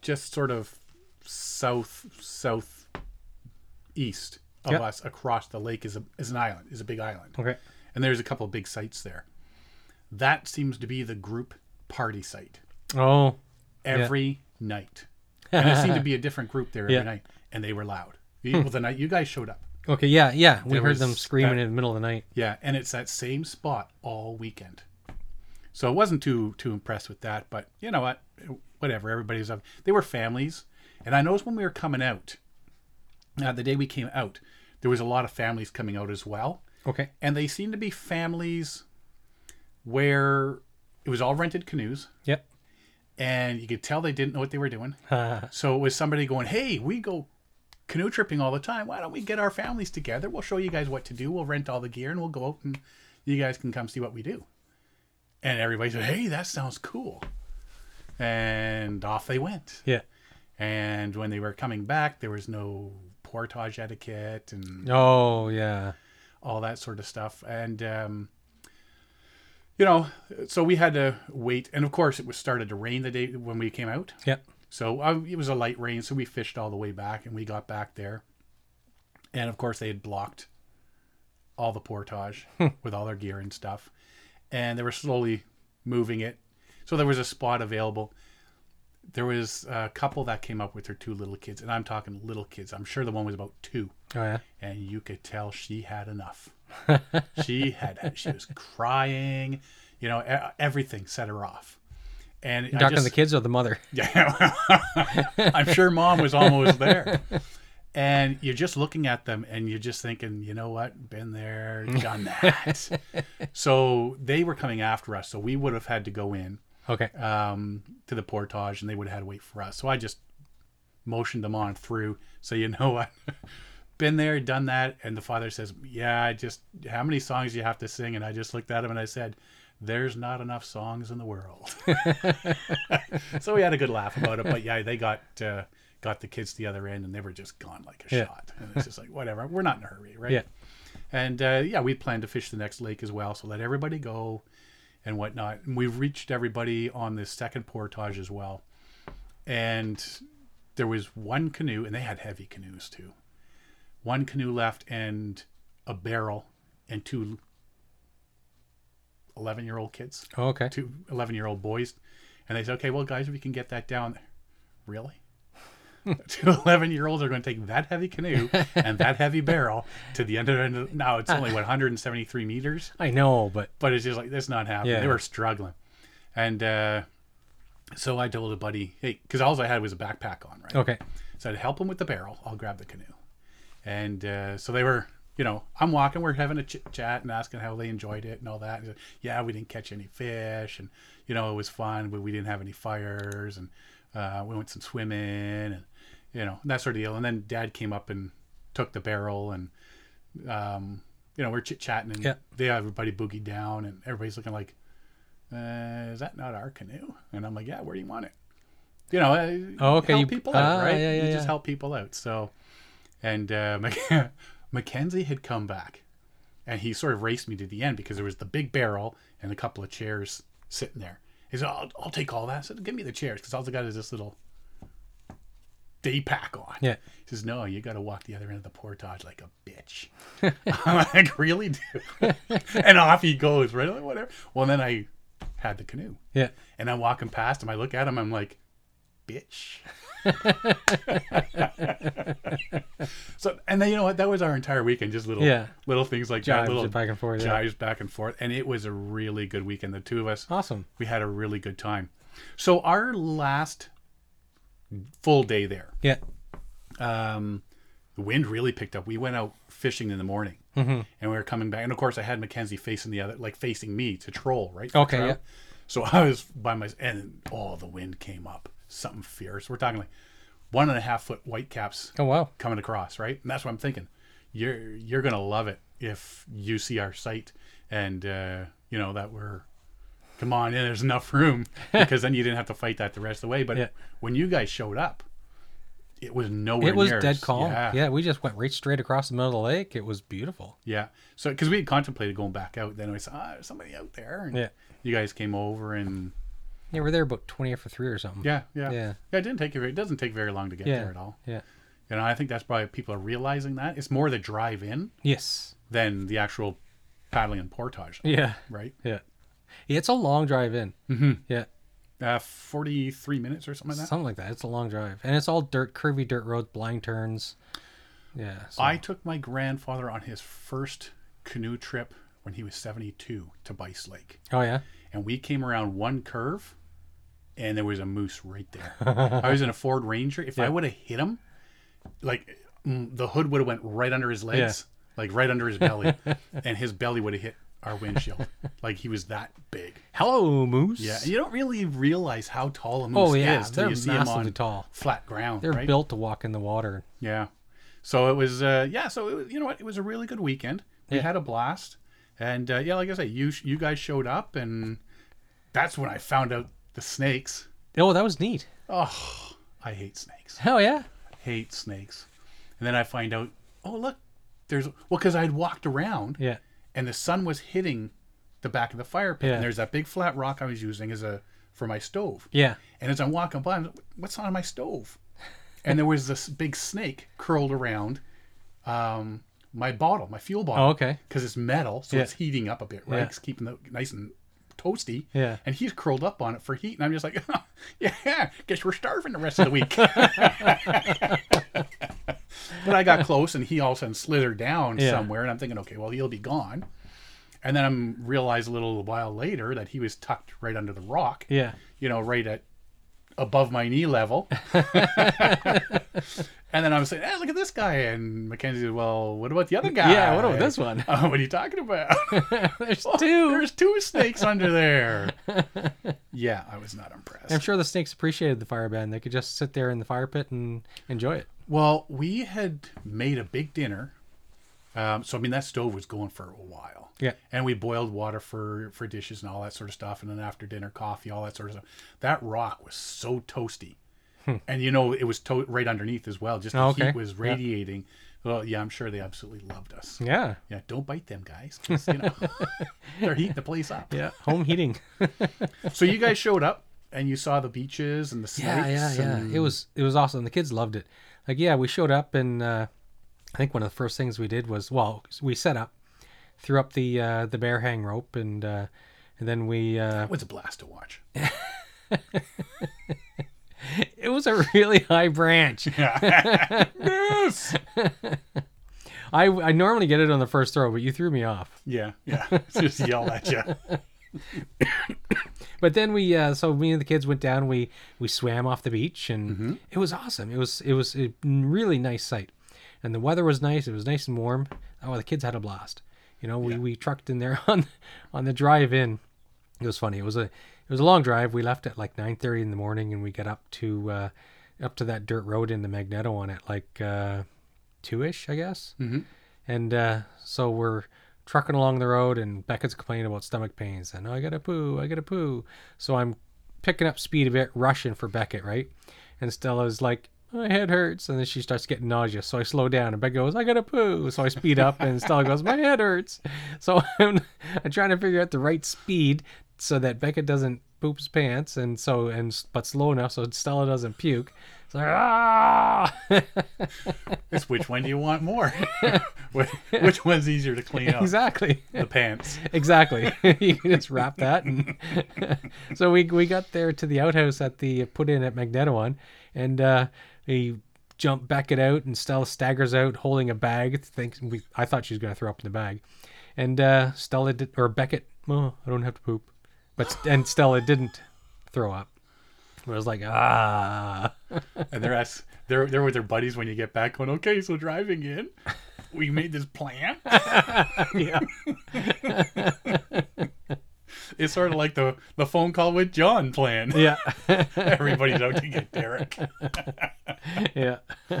Speaker 1: just sort of south, south east of
Speaker 2: Yep.
Speaker 1: us across the lake is, a, is an island, is a big island.
Speaker 2: Okay.
Speaker 1: And there's a couple of big sites there. That seems to be the group party site
Speaker 2: Oh.
Speaker 1: every night. And it seemed to be a different group there every
Speaker 2: Yeah.
Speaker 1: night, and they were loud. You- Well, the night you guys showed up,
Speaker 2: Okay. Yeah. Yeah. We
Speaker 1: There
Speaker 2: heard
Speaker 1: was
Speaker 2: them screaming
Speaker 1: that-
Speaker 2: in the middle of the night.
Speaker 1: yeah, and it's that same spot all weekend. So I wasn't too too impressed with that, but you know what? Whatever. Everybody's up. They were families, and I noticed when we were coming out, uh, the day we came out, there was a lot of families coming out as well,
Speaker 2: Okay.
Speaker 1: and they seemed to be families where it was all rented canoes,
Speaker 2: Yep.
Speaker 1: and you could tell they didn't know what they were doing.
Speaker 2: Uh,
Speaker 1: So it was somebody going, "Hey, we go canoe tripping all the time. Why don't we get our families together? We'll show you guys what to do. We'll rent all the gear and we'll go out and you guys can come see what we do." And everybody said, "Hey, that sounds cool." And off they went.
Speaker 2: (laughs) yeah.
Speaker 1: And when they were coming back, there was no portage etiquette and
Speaker 2: Oh. Yeah.
Speaker 1: all that sort of stuff. And um, you know, so we had to wait. And of course, it was started to rain the day when we came out.
Speaker 2: Yep.
Speaker 1: So uh, it was a light rain, so we fished all the way back, and we got back there, and of course they had blocked all the portage with all their gear and stuff, and they were slowly moving it. So there was a spot available. There was a couple that came up with their two little kids, and I'm talking little kids. I'm sure the one was about two,
Speaker 2: Oh yeah.
Speaker 1: and you could tell she had enough. she had she was crying, you know, e- everything set her off. And I
Speaker 2: Talking
Speaker 1: just-
Speaker 2: the kids or the mother.
Speaker 1: yeah. I'm sure mom was almost there. And you're just looking at them and you're just thinking, you know what? Been there, done that. so they were coming after us. So we would have had to go in
Speaker 2: (laughs) Okay.
Speaker 1: um, to the portage and they would have had to wait for us. So I just motioned them on through. So, you know (laughs) what? Been there, done that. And the father says, Yeah, I just, how many songs do you have to sing? And I just looked at him and I said, There's not enough songs in the world. (laughs) so we had a good laugh about it. But yeah, they got, uh, got the kids to the other end and they were just gone like a
Speaker 2: Yeah.
Speaker 1: shot. And it's just like, whatever, we're not in a hurry, right?
Speaker 2: Yeah.
Speaker 1: And uh, yeah, we plan to fish the next lake as well. So let everybody go and whatnot. And we've reached everybody on this second portage as well. And there was one canoe, and they had heavy canoes too. One canoe left and a barrel and two 11 year old kids,
Speaker 2: Oh, okay.
Speaker 1: two 11 year old boys. And they said, okay, well, guys, if we can get that down there. Really? (laughs) two 11 year olds are going to take that heavy canoe and that heavy barrel to the end of the. Now it's only, what, 173 meters?
Speaker 2: I know, but
Speaker 1: but it's just like that's not happening.
Speaker 2: Yeah.
Speaker 1: They were struggling, and uh, so I told a buddy, hey, because all I had was a backpack on, right?
Speaker 2: okay.
Speaker 1: So I'd help him with the barrel. I'll grab the canoe, and uh, so they were, you know, I'm walking. We're having a chit chat and asking how they enjoyed it and all that. And he's like, yeah, we didn't catch any fish, and you know, it was fun, but we didn't have any fires, and uh, we went some swimming, and you know, that sort of deal. And then Dad came up and took the barrel and um, you know, we're chit chatting and
Speaker 2: Yeah.
Speaker 1: they have everybody boogied down and everybody's looking like, uh, is that not our canoe? And I'm like, yeah, where do you want it? You know, uh,
Speaker 2: Oh, okay,
Speaker 1: help
Speaker 2: you-
Speaker 1: people out,
Speaker 2: ah,
Speaker 1: right?
Speaker 2: yeah,
Speaker 1: you
Speaker 2: yeah,
Speaker 1: just
Speaker 2: yeah.
Speaker 1: help people out. So, and uh, (laughs) Mac- Mackenzie had come back, and he sort of raced me to the end because there was the big barrel and a couple of chairs sitting there. He said, "I'll, I'll take all that." I said, "Give me the chairs," because all I got is this little day pack on.
Speaker 2: Yeah.
Speaker 1: He says, "No, you got to walk the other end of the portage like a
Speaker 2: (laughs)
Speaker 1: bitch." I'm like, "Really, dude?" (laughs) and off he goes. Right, I'm like, whatever. Well, then I had the canoe,
Speaker 2: Yeah.
Speaker 1: and I'm walking past him. I look at him. I'm like,
Speaker 2: (laughs)
Speaker 1: "Bitch." so, and then you know what? That was our entire weekend. Just little,
Speaker 2: Yeah.
Speaker 1: little things like
Speaker 2: Jives
Speaker 1: that. Little
Speaker 2: back and forth, yeah.
Speaker 1: jives back and forth. And it was a really good weekend. The two of us
Speaker 2: Awesome.
Speaker 1: we had a really good time. So our last full day there,
Speaker 2: Yeah.
Speaker 1: um, the wind really picked up. We went out fishing in the morning,
Speaker 2: Mm-hmm.
Speaker 1: and we were coming back. And of course, I had Mackenzie facing the other, like facing me to troll, right? for
Speaker 2: Okay,
Speaker 1: trout.
Speaker 2: yeah.
Speaker 1: So (laughs) I was by my, and oh, the wind came up, something fierce. We're talking like one and a half foot white caps
Speaker 2: Oh wow.
Speaker 1: coming across, right? And that's what I'm thinking. You're you're gonna love it if you see our site and uh, you know that we're come on in. There's enough
Speaker 2: (laughs)
Speaker 1: room because then you didn't have to fight that the rest of the way. But
Speaker 2: Yeah.
Speaker 1: when you guys showed up, it was nowhere.
Speaker 2: It was
Speaker 1: near
Speaker 2: dead
Speaker 1: us.
Speaker 2: calm. Yeah.
Speaker 1: yeah.
Speaker 2: we just went right straight across the middle of the lake. It was beautiful.
Speaker 1: yeah. So because we had contemplated going back out, then we saw ah, there's somebody out there, and
Speaker 2: Yeah.
Speaker 1: you guys came over and
Speaker 2: Yeah, we're there about twenty after three or something.
Speaker 1: yeah, yeah,
Speaker 2: Yeah.
Speaker 1: It didn't take you. very- It doesn't take very long to get
Speaker 2: Yeah.
Speaker 1: there at all.
Speaker 2: Yeah.
Speaker 1: You know, I think that's probably people are realizing that it's more the drive in
Speaker 2: Yes.
Speaker 1: than the actual paddling and portage.
Speaker 2: Yeah.
Speaker 1: right?
Speaker 2: Yeah. Yeah, it's a long drive in. Mm-hmm. Yeah.
Speaker 1: Uh, 43 minutes or something like that.
Speaker 2: Something like that. It's a long drive. And it's all dirt, curvy dirt roads, blind turns. Yeah. so-
Speaker 1: I took my grandfather on his first canoe trip when he was 72 to Bice Lake.
Speaker 2: oh yeah.
Speaker 1: And we came around one curve and there was a moose right there.
Speaker 2: (laughs)
Speaker 1: I was in a Ford Ranger. If I would have hit him, like mm, the hood would have went right under his legs, like right under his
Speaker 2: (laughs)
Speaker 1: belly, and his belly would have hit our windshield. like he was that big.
Speaker 2: Hello, moose.
Speaker 1: Yeah, you don't really realize how tall a moose
Speaker 2: Oh, yeah,
Speaker 1: is till
Speaker 2: they're
Speaker 1: you see him
Speaker 2: massively
Speaker 1: on
Speaker 2: tall.
Speaker 1: flat ground.
Speaker 2: They're
Speaker 1: right?
Speaker 2: built to walk in the water.
Speaker 1: Yeah. So it was, uh, yeah. So it was, you know what? It was a really good weekend. We
Speaker 2: Yeah.
Speaker 1: had a blast, and uh, yeah, like I say, you sh- you guys showed up, and that's when I found out the snakes.
Speaker 2: Oh, that was neat.
Speaker 1: Oh, I hate snakes.
Speaker 2: Hell yeah.
Speaker 1: Hate snakes. And then I find out, oh look, there's well, because I had walked around,
Speaker 2: Yeah.
Speaker 1: and the sun was hitting the back of the fire pit,
Speaker 2: Yeah.
Speaker 1: and there's that big flat rock I was using as a for my stove.
Speaker 2: Yeah.
Speaker 1: And as I'm walking by, I'm like, what's on my stove? And there was this big snake curled around um, my bottle, my fuel bottle.
Speaker 2: Oh, okay.
Speaker 1: Because it's metal, so
Speaker 2: Yeah.
Speaker 1: it's heating up a bit, right?
Speaker 2: Yeah.
Speaker 1: It's keeping it nice and toasty.
Speaker 2: Yeah.
Speaker 1: And he's curled up on it for heat. And I'm just like, (laughs) yeah, guess we're starving the rest of the week. (laughs) but I got close and he all of a sudden slithered down
Speaker 2: Yeah.
Speaker 1: somewhere. And I'm thinking, okay, well, he'll be gone. And then I'm realized a little while later that he was tucked right under the rock
Speaker 2: Yeah. (laughs)
Speaker 1: you know, right at above my knee level. and then I'm saying, hey, look at this guy. And Mackenzie said, well, what about the other guy?
Speaker 2: Yeah, what about
Speaker 1: (laughs)
Speaker 2: this one?
Speaker 1: Uh, what are you talking about?
Speaker 2: There's
Speaker 1: Well,
Speaker 2: (laughs) two.
Speaker 1: Oh, (laughs) There's two snakes under
Speaker 2: (laughs)
Speaker 1: there. yeah, I was not impressed.
Speaker 2: I'm sure the snakes appreciated the fire ban. They could just sit there in the fire pit and enjoy it.
Speaker 1: Well, we had made a big dinner. Um, so, I mean, that stove was going for a while.
Speaker 2: Yeah.
Speaker 1: And we boiled water for, for dishes and all that sort of stuff. And then after dinner, coffee, all that sort of stuff. That rock was so toasty. And, you know, it was to- right underneath as well. Just the
Speaker 2: Hmm. Oh, okay.
Speaker 1: heat was
Speaker 2: Yeah. Hmm.
Speaker 1: radiating. Well, yeah, I'm sure they absolutely loved us. Yeah,
Speaker 2: Yeah.
Speaker 1: don't bite them, guys. 'cause, you know,
Speaker 2: (laughs)
Speaker 1: they're heating the place up.
Speaker 2: Yeah. Home heating.
Speaker 1: So you guys showed up and you saw the beaches and the snakes.
Speaker 2: (laughs) Yeah, yeah, yeah.
Speaker 1: and-
Speaker 2: It was it was awesome. The kids loved it. Like yeah, we showed up and uh, I think one of the first things we did was well, we set up, threw up the uh, the bear hang rope and uh, and then we uh, (laughs)
Speaker 1: it was a blast to watch.
Speaker 2: it was a really high branch. (laughs)
Speaker 1: yes.
Speaker 2: I I normally get it on the first throw, but you threw me off.
Speaker 1: Yeah, (laughs) yeah. Just yell at you.
Speaker 2: But then we uh, so me and the kids went down. We we swam off the beach and it was awesome. It was it was a really nice sight, and the weather was nice. It was nice and warm. Oh, the kids had a blast. You know, we, we trucked in there (laughs) on on the drive in. It was funny. It was a it was a long drive. We left at like nine thirty in the morning, and we got up to uh, up to that dirt road in the Magneto on it like uh, two ish, I guess. Mm-hmm. And uh, so we're trucking along the road, and Beckett's complaining about stomach pains. And "Oh, I gotta poo, I gotta poo. So I'm picking up speed a bit, rushing for Beckett, right? And Stella's like, my head hurts. And then she starts getting nauseous. So I slow down and Beck goes, I gotta poo. So I speed up and Stella goes, my head hurts. So (laughs) I'm, I'm trying to figure out the right speed so that Becca doesn't poop his pants and so, and but slow enough so Stella doesn't puke. So, ah! (laughs)
Speaker 1: It's which one do you want more? (laughs) Wh- which one's easier to clean up?
Speaker 2: exactly.
Speaker 1: Oh, The pants.
Speaker 2: Exactly. (laughs) you can just wrap that. And (laughs) so we we got there to the outhouse at the put in at Magnetowan, and uh, we jump back it out, and Stella staggers out holding a bag. Thinks we, I thought she was going to throw up in the bag, and uh, Stella did, or Beckett. Oh, I don't have to poop, but and Stella didn't throw up. It was like ah,
Speaker 1: And they're ass they're they're with their buddies when you get back going, Okay, so driving in, we made this plan.
Speaker 2: yeah,
Speaker 1: It's sort of like the the phone call with John plan.
Speaker 2: yeah,
Speaker 1: (laughs) Everybody's out to get Derek.
Speaker 2: (laughs)
Speaker 1: (laughs)
Speaker 2: yeah.
Speaker 1: Oh.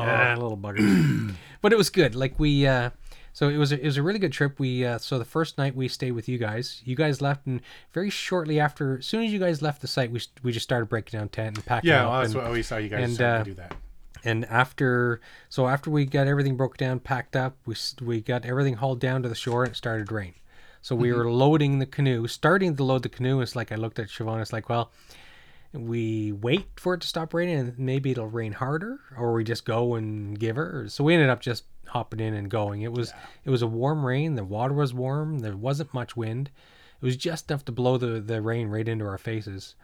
Speaker 2: Yeah, little bugger. (clears throat) but it was good. Like we, uh, so it was a, it was a really good trip. We uh, so the first night we stayed with you guys. You guys left, and very shortly after, as soon as you guys left the site, we s- we just started breaking down tent and packing
Speaker 1: Yeah,
Speaker 2: up.
Speaker 1: well, that's
Speaker 2: and,
Speaker 1: what we saw you guys
Speaker 2: and,
Speaker 1: started
Speaker 2: uh,
Speaker 1: to do that.
Speaker 2: and after so after we got everything broke down, packed up, we s- we got everything hauled down to the shore, and it started to rain. So we were loading the canoe, starting to load the canoe. It's like I looked at Siobhan. It's like, well, we wait for it to stop raining and maybe it'll rain harder or we just go and give her so we ended up just hopping in and going it was it was a warm rain the water was warm there wasn't much wind it was just enough to blow the, the rain right into our faces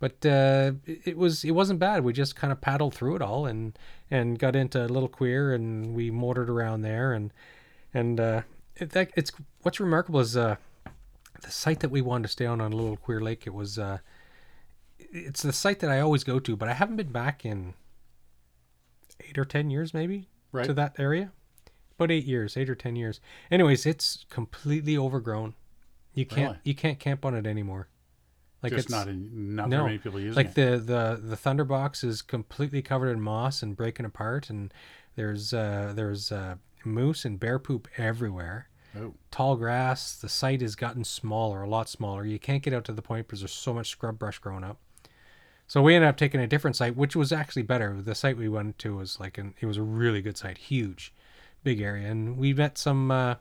Speaker 2: but uh, it, it was it wasn't bad we just kind of paddled through it all and and got into little queer and we motored around there and and uh, it, that, it's what's remarkable is uh, the site that we wanted to stay on on little queer lake it was uh, it's the site that I always go to, but I haven't been back in eight or ten years, maybe
Speaker 1: Right.
Speaker 2: to that area. About eight years, eight or ten years. Anyways, it's completely overgrown. You can't
Speaker 1: Really?
Speaker 2: you can't camp on it anymore. Like
Speaker 1: Just
Speaker 2: it's
Speaker 1: not in, not
Speaker 2: no,
Speaker 1: very many people using
Speaker 2: like
Speaker 1: it.
Speaker 2: the the the thunderbox is completely covered in moss and breaking apart, and there's uh there's uh moose and bear poop everywhere
Speaker 1: oh.
Speaker 2: tall grass. The site has gotten smaller, a lot smaller. You can't get out to the point because there's so much scrub brush growing up. So we ended up taking a different site, which was actually better. The site we went to was like an it was a really good site, huge, big area, and we met some uh,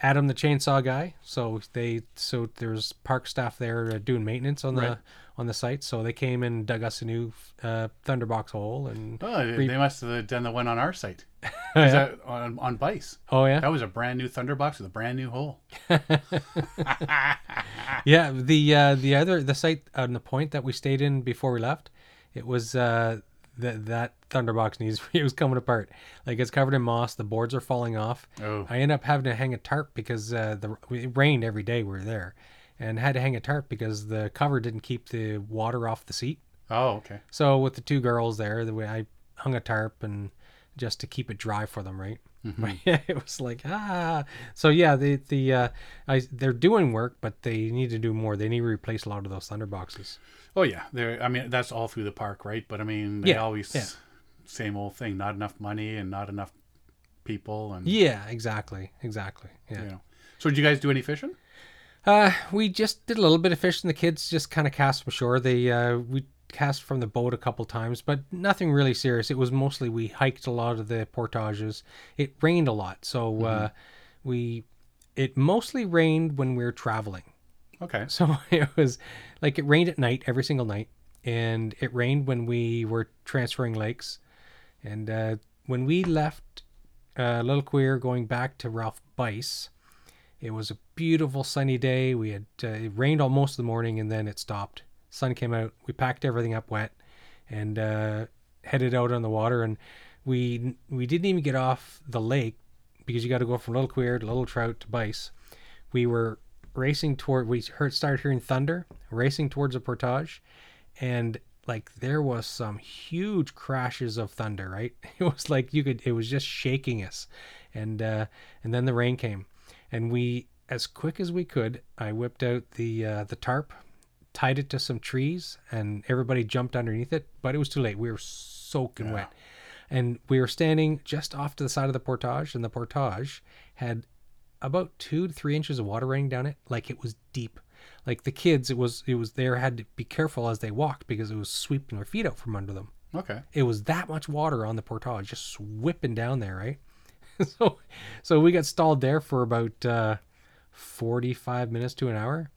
Speaker 2: Adam the chainsaw guy. So they so there's park staff there uh, doing maintenance on the
Speaker 1: Right.
Speaker 2: on the site. So they came and dug us a new uh, thunderbox hole and
Speaker 1: Oh, they-
Speaker 2: Re-
Speaker 1: they must have done the one on our site. (laughs) Is
Speaker 2: Yeah.
Speaker 1: that on, on Vice.
Speaker 2: oh yeah,
Speaker 1: That was a brand new Thunderbox with a brand new hole.
Speaker 2: Yeah, the uh, the other the site on the point that we stayed in before we left, it was uh, that that thunderbox needs (laughs) it was coming apart. Like it's covered in moss, the boards are falling off.
Speaker 1: Oh.
Speaker 2: I end up having to hang a tarp because uh, the it rained every day we were there, and had to hang a tarp because the cover didn't keep the water off the seat.
Speaker 1: Oh, okay.
Speaker 2: So with the two girls there, the way I hung a tarp and just to keep it dry for them, right? But yeah, (laughs) it was like ah. So yeah, the the uh, I, they're doing work, but they need to do more. They need to replace a lot of those thunder boxes.
Speaker 1: Oh yeah, there. I mean, that's all through the park, right? But I mean, they
Speaker 2: Yeah,
Speaker 1: always
Speaker 2: yeah.
Speaker 1: same old thing. Not enough money and not enough people, and
Speaker 2: Yeah, exactly, exactly. Yeah.
Speaker 1: you know. So, did you guys do any fishing?
Speaker 2: Uh, we just did a little bit of fishing. The kids just kind of cast from shore. They uh, we cast from the boat a couple times, but nothing really serious. It was mostly we hiked a lot of the portages. It rained a lot, so uh, we it mostly rained when we were traveling.
Speaker 1: Okay.
Speaker 2: (laughs) So it was like it rained at night every single night, and it rained when we were transferring lakes. And uh, when we left uh, Little Queer going back to Ralph Bice, it was a beautiful sunny day. We had uh, it rained all most of the morning, and then it stopped. Sun came out. We packed everything up wet, and uh, headed out on the water. And we we didn't even get off the lake because you got to go from Little Queer to Little Trout to Bice we were racing toward we heard started hearing thunder racing towards a portage and like there was some huge crashes of thunder right (laughs) it was like you could it was just shaking us and uh and then the rain came and we as quick as we could i whipped out the uh the tarp tied it to some trees and everybody jumped underneath it but it was too late we were soaking wet and we were standing just off to the side of the portage and the portage had about two to three inches of water running down it like it was deep like the kids it was it was there had to be careful as they walked because it was sweeping their feet out from under them
Speaker 1: Okay.
Speaker 2: It was that much water on the portage, just whipping down there, right? (laughs) so, so we got stalled there for about uh, forty-five minutes to an hour,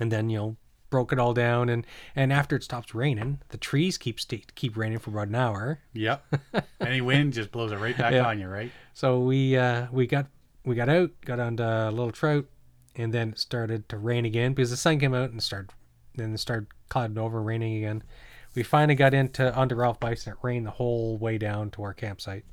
Speaker 2: and then you know broke it all down. And and after it stops raining, the trees keep st- keep raining for about an hour. (laughs)
Speaker 1: Yep. Any wind just blows it right back
Speaker 2: Yeah.
Speaker 1: on you, right?
Speaker 2: So we uh, we got we got out, got onto Little Trout, and then it started to rain again because the sun came out and started then it started clouding over, raining again. We finally got into onto Ralph Bison. It rained the whole way down to our campsite,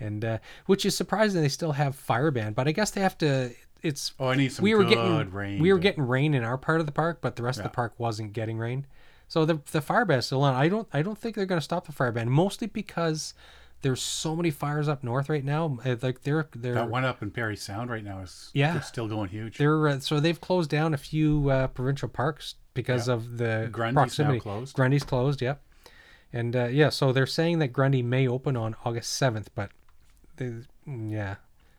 Speaker 2: and uh, which is surprising. They still have fire ban, but I guess they have to. It's
Speaker 1: Oh, I need some
Speaker 2: we were
Speaker 1: good
Speaker 2: getting
Speaker 1: rain.
Speaker 2: we were
Speaker 1: to-
Speaker 2: getting rain in our part of the park, but the rest
Speaker 1: Yeah.
Speaker 2: of the park wasn't getting rain. So the the fire ban is still on. I don't I don't think they're going to stop the fire ban, mostly because there's so many fires up north right now. Uh, Like they're they're
Speaker 1: that one up in Perry Sound right now is
Speaker 2: Yeah.
Speaker 1: it's still going huge.
Speaker 2: they're uh, so they've closed down a few uh, provincial parks because of the
Speaker 1: Grundy's now
Speaker 2: proximity.
Speaker 1: closed.
Speaker 2: Grundy's closed. Yep. And uh, yeah, so they're saying that Grundy may open on August seventh, but they, yeah.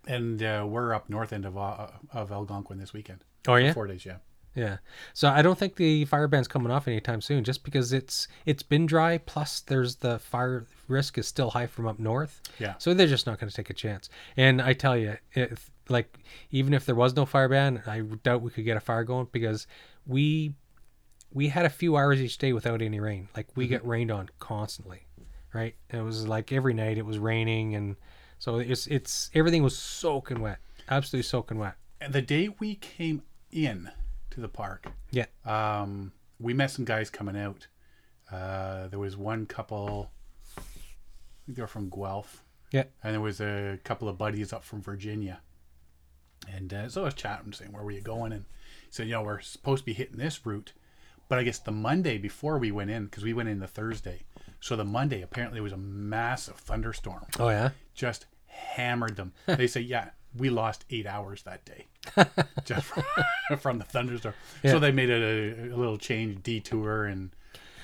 Speaker 1: And uh, we're up north end of uh, of Algonquin this weekend.
Speaker 2: Oh yeah.
Speaker 1: Four days, yeah.
Speaker 2: Yeah. So I don't think the fire ban's coming off anytime soon, just because it's it's been dry. Plus, there's the fire risk is still high from up north.
Speaker 1: Yeah.
Speaker 2: So they're just not going to take a chance. And I tell you, if, like even if there was no fire ban, I doubt we could get a fire going because we we had a few hours each day without any rain. Like we get rained on constantly, right? It was like every night it was raining, and so it's it's everything was soaking wet, absolutely soaking wet.
Speaker 1: And the day we came in to the park,
Speaker 2: Yeah.
Speaker 1: um, we met some guys coming out. Uh, there was one couple, I think they were from Guelph,
Speaker 2: Yeah.
Speaker 1: and there was a couple of buddies up from Virginia. And uh, so I was chatting, saying, Where were you going? And he said, You know, we're supposed to be hitting this route. But I guess the Monday before we went in, because we went in the Thursday. So the Monday, apparently, there was a massive thunderstorm
Speaker 2: Oh yeah.
Speaker 1: just hammered
Speaker 2: (laughs)
Speaker 1: them. They say, yeah, we lost eight hours that day just from, (laughs) from the thunderstorm. So they made it a, a little change detour and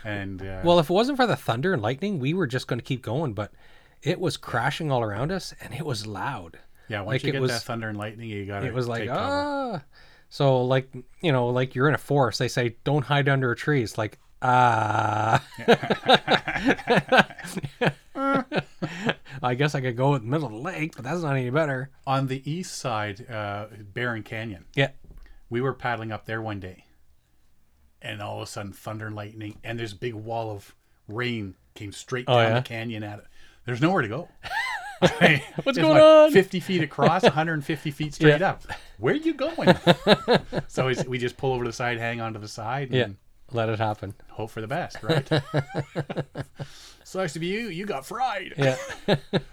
Speaker 1: and uh,
Speaker 2: Well, if it wasn't for the thunder and lightning, we were just going to keep going, but it was crashing all around us and it was loud.
Speaker 1: yeah, once
Speaker 2: like
Speaker 1: you
Speaker 2: it
Speaker 1: get
Speaker 2: was-
Speaker 1: that thunder and lightning, you got
Speaker 2: It was like,
Speaker 1: take cover.
Speaker 2: ah. So, like, you know, like you're in a forest, they say, don't hide under a tree. It's like, ah.
Speaker 1: (laughs)
Speaker 2: (laughs) I guess I could go in the middle of the lake, but that's not any better.
Speaker 1: on the east side, uh, Barron Canyon.
Speaker 2: Yeah.
Speaker 1: We were paddling up there one day, and all of a sudden, thunder and lightning, and this big wall of rain came straight down
Speaker 2: Oh, yeah?
Speaker 1: the canyon at it. There's nowhere to go. What's
Speaker 2: (laughs) What's going on?
Speaker 1: 50 feet across, 150
Speaker 2: (laughs)
Speaker 1: feet straight up. Where are you going? so it's- we just pull over to the side, hang onto the side, and
Speaker 2: Yeah. Let it happen.
Speaker 1: hope for the best,
Speaker 2: (laughs)
Speaker 1: right? Sucks to be you. You got fried.
Speaker 2: Yeah.